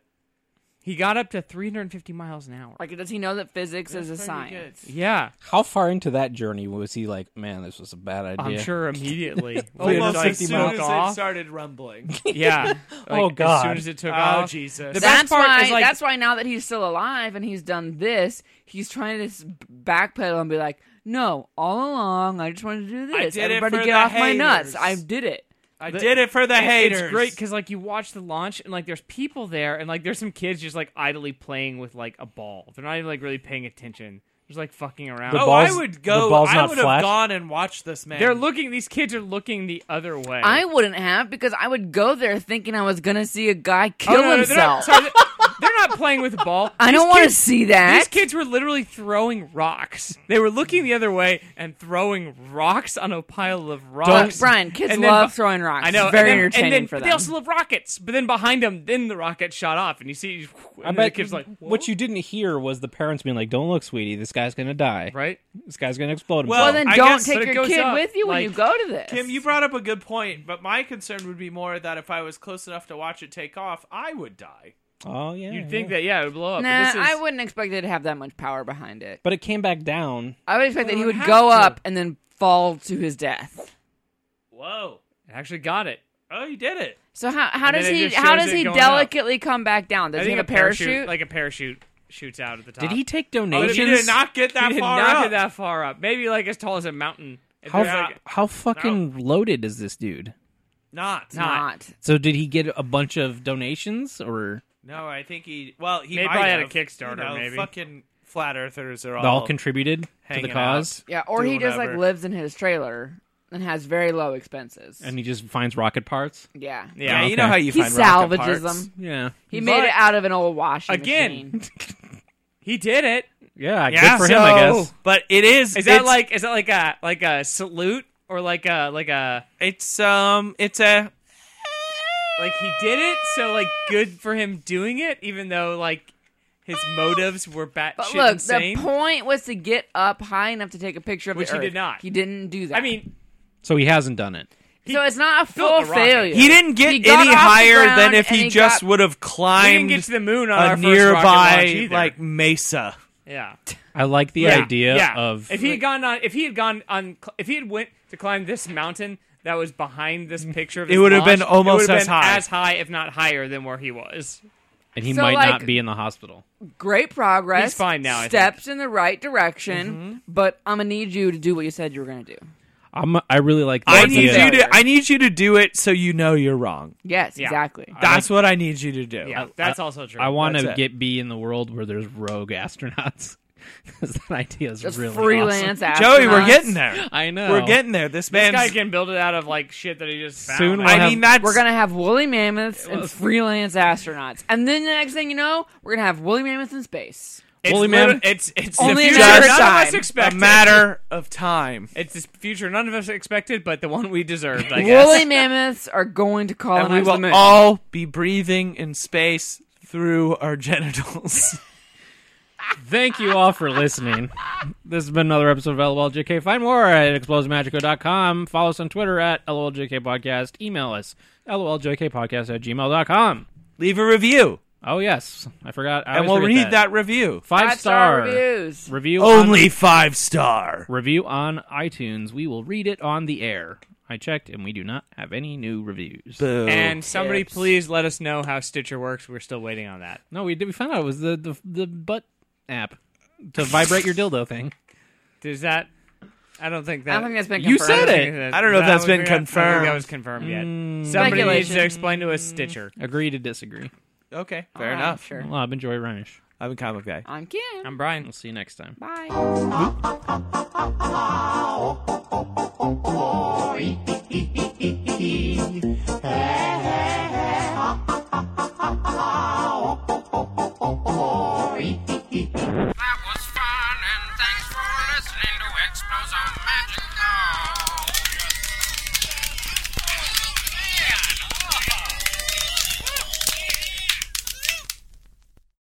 S5: He got up to 350 miles an hour.
S3: Like, does he know that physics is a science?
S5: Yeah,
S4: How far into that journey was he like, man, this was a bad idea?
S5: I'm sure immediately. when
S2: Almost
S5: it, like,
S2: as soon
S5: took
S2: as
S5: off.
S2: it started rumbling.
S5: Yeah. Like,
S4: Oh, God.
S5: As soon as it took
S2: oh
S5: off.
S2: Jesus!
S5: The best
S3: that's
S5: part
S3: why.
S5: is, like-
S3: that's why now that he's still alive and he's done this, he's trying to s- backpedal and be like, "No, all along, I just wanted to do this.
S2: I did it
S3: Everybody
S2: for
S3: get
S2: the
S3: off my
S2: haters."
S3: nuts. I did it."
S2: I did it for the haters.
S5: It's great because like you watch the launch and like there's people there and like there's some kids just like idly playing with like a ball. They're not even like really paying attention. Just like fucking around.
S4: The
S2: oh,
S4: ball- ball's-
S2: I would
S4: the
S2: go.
S4: ball's
S2: I
S4: not
S2: would
S4: flat.
S2: have gone and watched this man.
S5: They're looking. These kids are looking the other way.
S3: I wouldn't have because I would go there thinking I was gonna see a guy
S5: Oh,
S3: kill
S5: no, no, they're
S3: himself.
S5: not- sorry, they're- they're not playing with the ball.
S3: I
S5: These
S3: don't want to
S5: kids-
S3: see that.
S5: These kids were literally throwing rocks. They were looking the other way and throwing rocks on a pile of rocks.
S3: Brian, kids
S5: And then
S3: love
S5: bu-
S3: throwing rocks.
S5: I know.
S3: It's very
S5: and then,
S3: entertaining
S5: and then,
S3: for
S5: but
S3: them.
S5: They also love rockets. But then behind them, then the rocket shot off, and you see. And
S4: I
S5: then
S4: bet
S5: the kid's like,
S4: what you didn't hear was the parents being like, "Don't look, sweetie. This guy's gonna die.
S5: right?
S4: This guy's gonna explode."
S2: Well,
S3: well,
S4: himself."
S3: then
S5: I
S3: don't
S5: guess, but
S3: take
S5: it
S3: your
S5: goes
S3: kid
S5: up,
S3: with you when
S5: like-
S3: you go to this.
S2: Kim, you brought up a good point, but my concern would be more that if I was close enough to watch it take off, I would die.
S4: oh yeah,
S5: You'd think
S4: yeah.
S5: that yeah, it would blow up. but
S3: Nah,
S5: this is,
S3: I wouldn't expect it to have that much power behind it.
S4: But it came back down.
S3: I would expect
S5: Well,
S3: that he
S5: it
S3: would
S5: has
S3: go
S5: to.
S3: up and then fall to his death.
S2: Whoa!
S5: I actually got it.
S2: Oh, you did it.
S3: So how how
S5: And
S3: does
S5: then it
S3: he
S5: just
S3: how
S5: shows
S3: does
S5: it
S3: he
S5: going up.
S3: delicately come back down? Does
S5: I
S3: he
S5: think
S3: have a
S5: parachute,
S3: parachute?
S5: like a parachute, shoots out at the top.
S4: Did Oh, he take
S2: But
S4: donations?
S2: if you did not get that
S5: He did
S2: far
S5: not
S2: up.
S5: get that far up. Maybe like as tall as a mountain. If
S4: how
S5: there's, like,
S4: how fucking loaded is this dude?
S2: Not.
S3: not.
S4: So did he get a bunch of donations or
S2: No, I think he. Well, he
S5: Maybe
S2: might
S5: probably had
S2: have.
S5: a Kickstarter,
S2: You know,
S5: maybe.
S2: fucking flat earthers are all,
S4: they all contributed to the
S2: hanging
S4: cause?
S3: Yeah, or
S2: Do
S3: he just like
S2: whatever.
S3: lives in his trailer and has very low expenses.
S4: And he just finds rocket parts.
S3: yeah.
S5: yeah,
S4: you know how you
S3: He salvages them.
S4: Yeah,
S3: He
S5: But-
S3: made it out of an old washing
S5: Again,
S3: machine.
S5: he did it.
S4: yeah.
S2: Yeah,
S4: good for him, I
S2: so-
S4: guess.
S2: But it is.
S5: Is that
S2: it's-
S5: like is that like a like a salute or like a like a
S2: it's um? It's a
S5: like he did it? So like good for him doing it, even though like his motives were
S3: But
S5: batshit
S3: look,
S5: insane.
S3: the point was to get up high enough to take a picture of
S5: Which
S3: the
S5: he did
S3: Earth.
S5: not.
S3: He didn't do that.
S5: I mean,
S4: So he hasn't done it.
S3: so it's not a full
S5: a rocket.
S3: failure.
S2: He didn't get
S3: He got
S2: any
S3: off the
S2: higher
S3: ground
S2: than if
S3: and
S2: he,
S3: he
S2: just
S3: got-
S2: would have
S5: we
S2: climbed
S5: didn't get to the moon on
S2: a
S5: our first rocket launch
S2: nearby
S5: either.
S2: like mesa.
S5: yeah.
S4: I like the
S5: Yeah,
S4: idea
S5: yeah.
S4: of
S5: if he had gone on if he had gone on cl- if he had went to climb this mountain that was behind this picture of
S2: It
S5: his
S2: would have
S5: launch,
S2: been almost
S5: it would have
S2: as
S5: been
S2: high.
S5: as high if not higher than where he was
S4: and he
S3: So,
S4: might
S3: like-
S4: not be in the hospital.
S3: Great progress.
S5: He's fine now, I think.
S3: Steps in the right direction, but I'm gonna need you to do what you said you were gonna do.
S4: I'm, I really like. The
S2: I
S4: idea.
S2: need
S3: Yeah.
S2: you to. I need you to do it so you know you're wrong.
S3: Yes, exactly.
S2: That's what I need you to do. Uh,
S5: yeah that's also true
S4: I want
S2: That's
S4: to
S2: it.
S4: get be in the world where there's rogue astronauts. 'Cause that idea is
S3: Just
S4: really
S3: freelance astronauts.
S2: Joey, we're getting there.
S4: awesome. I know.
S2: We're getting there. This
S5: this guy
S2: man's.
S5: can build it out of like shit that he just found.
S4: Soon
S5: I,
S4: we'll
S2: I
S4: have-
S2: mean, that's
S3: We're gonna have woolly mammoths and freelance astronauts, and then the next thing you know, we're gonna have woolly mammoths in space.
S5: it's
S4: Woolly
S5: lit-
S4: man.
S5: It's it's
S3: Only
S5: the
S3: a
S5: future
S2: matter of
S5: none of us
S3: time.
S2: a
S5: expected.
S2: matter of time.
S5: It's this future none of us expected, but the one we deserved. I guess.
S3: Woolly mammoths are going to colonize
S2: And we
S3: the
S2: will
S3: moon.
S2: all be breathing in space through our genitals.
S4: Thank you all for listening. This has been another episode of LOLJK. Find more at explosemagico.com. Follow us on Twitter at LOLJK Podcast. Email us LOLJKpodcast at gmail.com.
S2: Leave a review,
S4: Oh, yes. I forgot. I
S2: and we'll
S4: always forget
S2: read that review.
S4: Five,
S3: star
S4: star,
S3: reviews.
S4: Review
S2: Only five star.
S4: on, review on iTunes. We will read it on the air. I I checked, and we do not have any new reviews.
S2: Boo.
S5: and somebody
S3: tips.
S5: please let us know how Stitcher works. We're still waiting on that.
S4: no, we did. We found out it was the the, the butt app to vibrate your dildo thing.
S5: Does that? I don't think that.
S3: I don't think that's been
S4: You
S3: confirmed.
S4: said it.
S2: I don't know if
S5: that
S2: that's
S5: was-
S2: been
S5: I don't think
S2: confirmed.
S5: that was confirmed yet. Somebody needs
S3: Speculation.
S5: to explain to us Stitcher.
S4: Agree to disagree.
S2: okay, fair
S3: I'm
S2: enough.
S3: Sure.
S4: Well, I've been Joy Reinish.
S2: I'm a comic guy.
S3: I'm Kim.
S5: I'm Brian.
S4: We'll see you next time.
S3: Bye.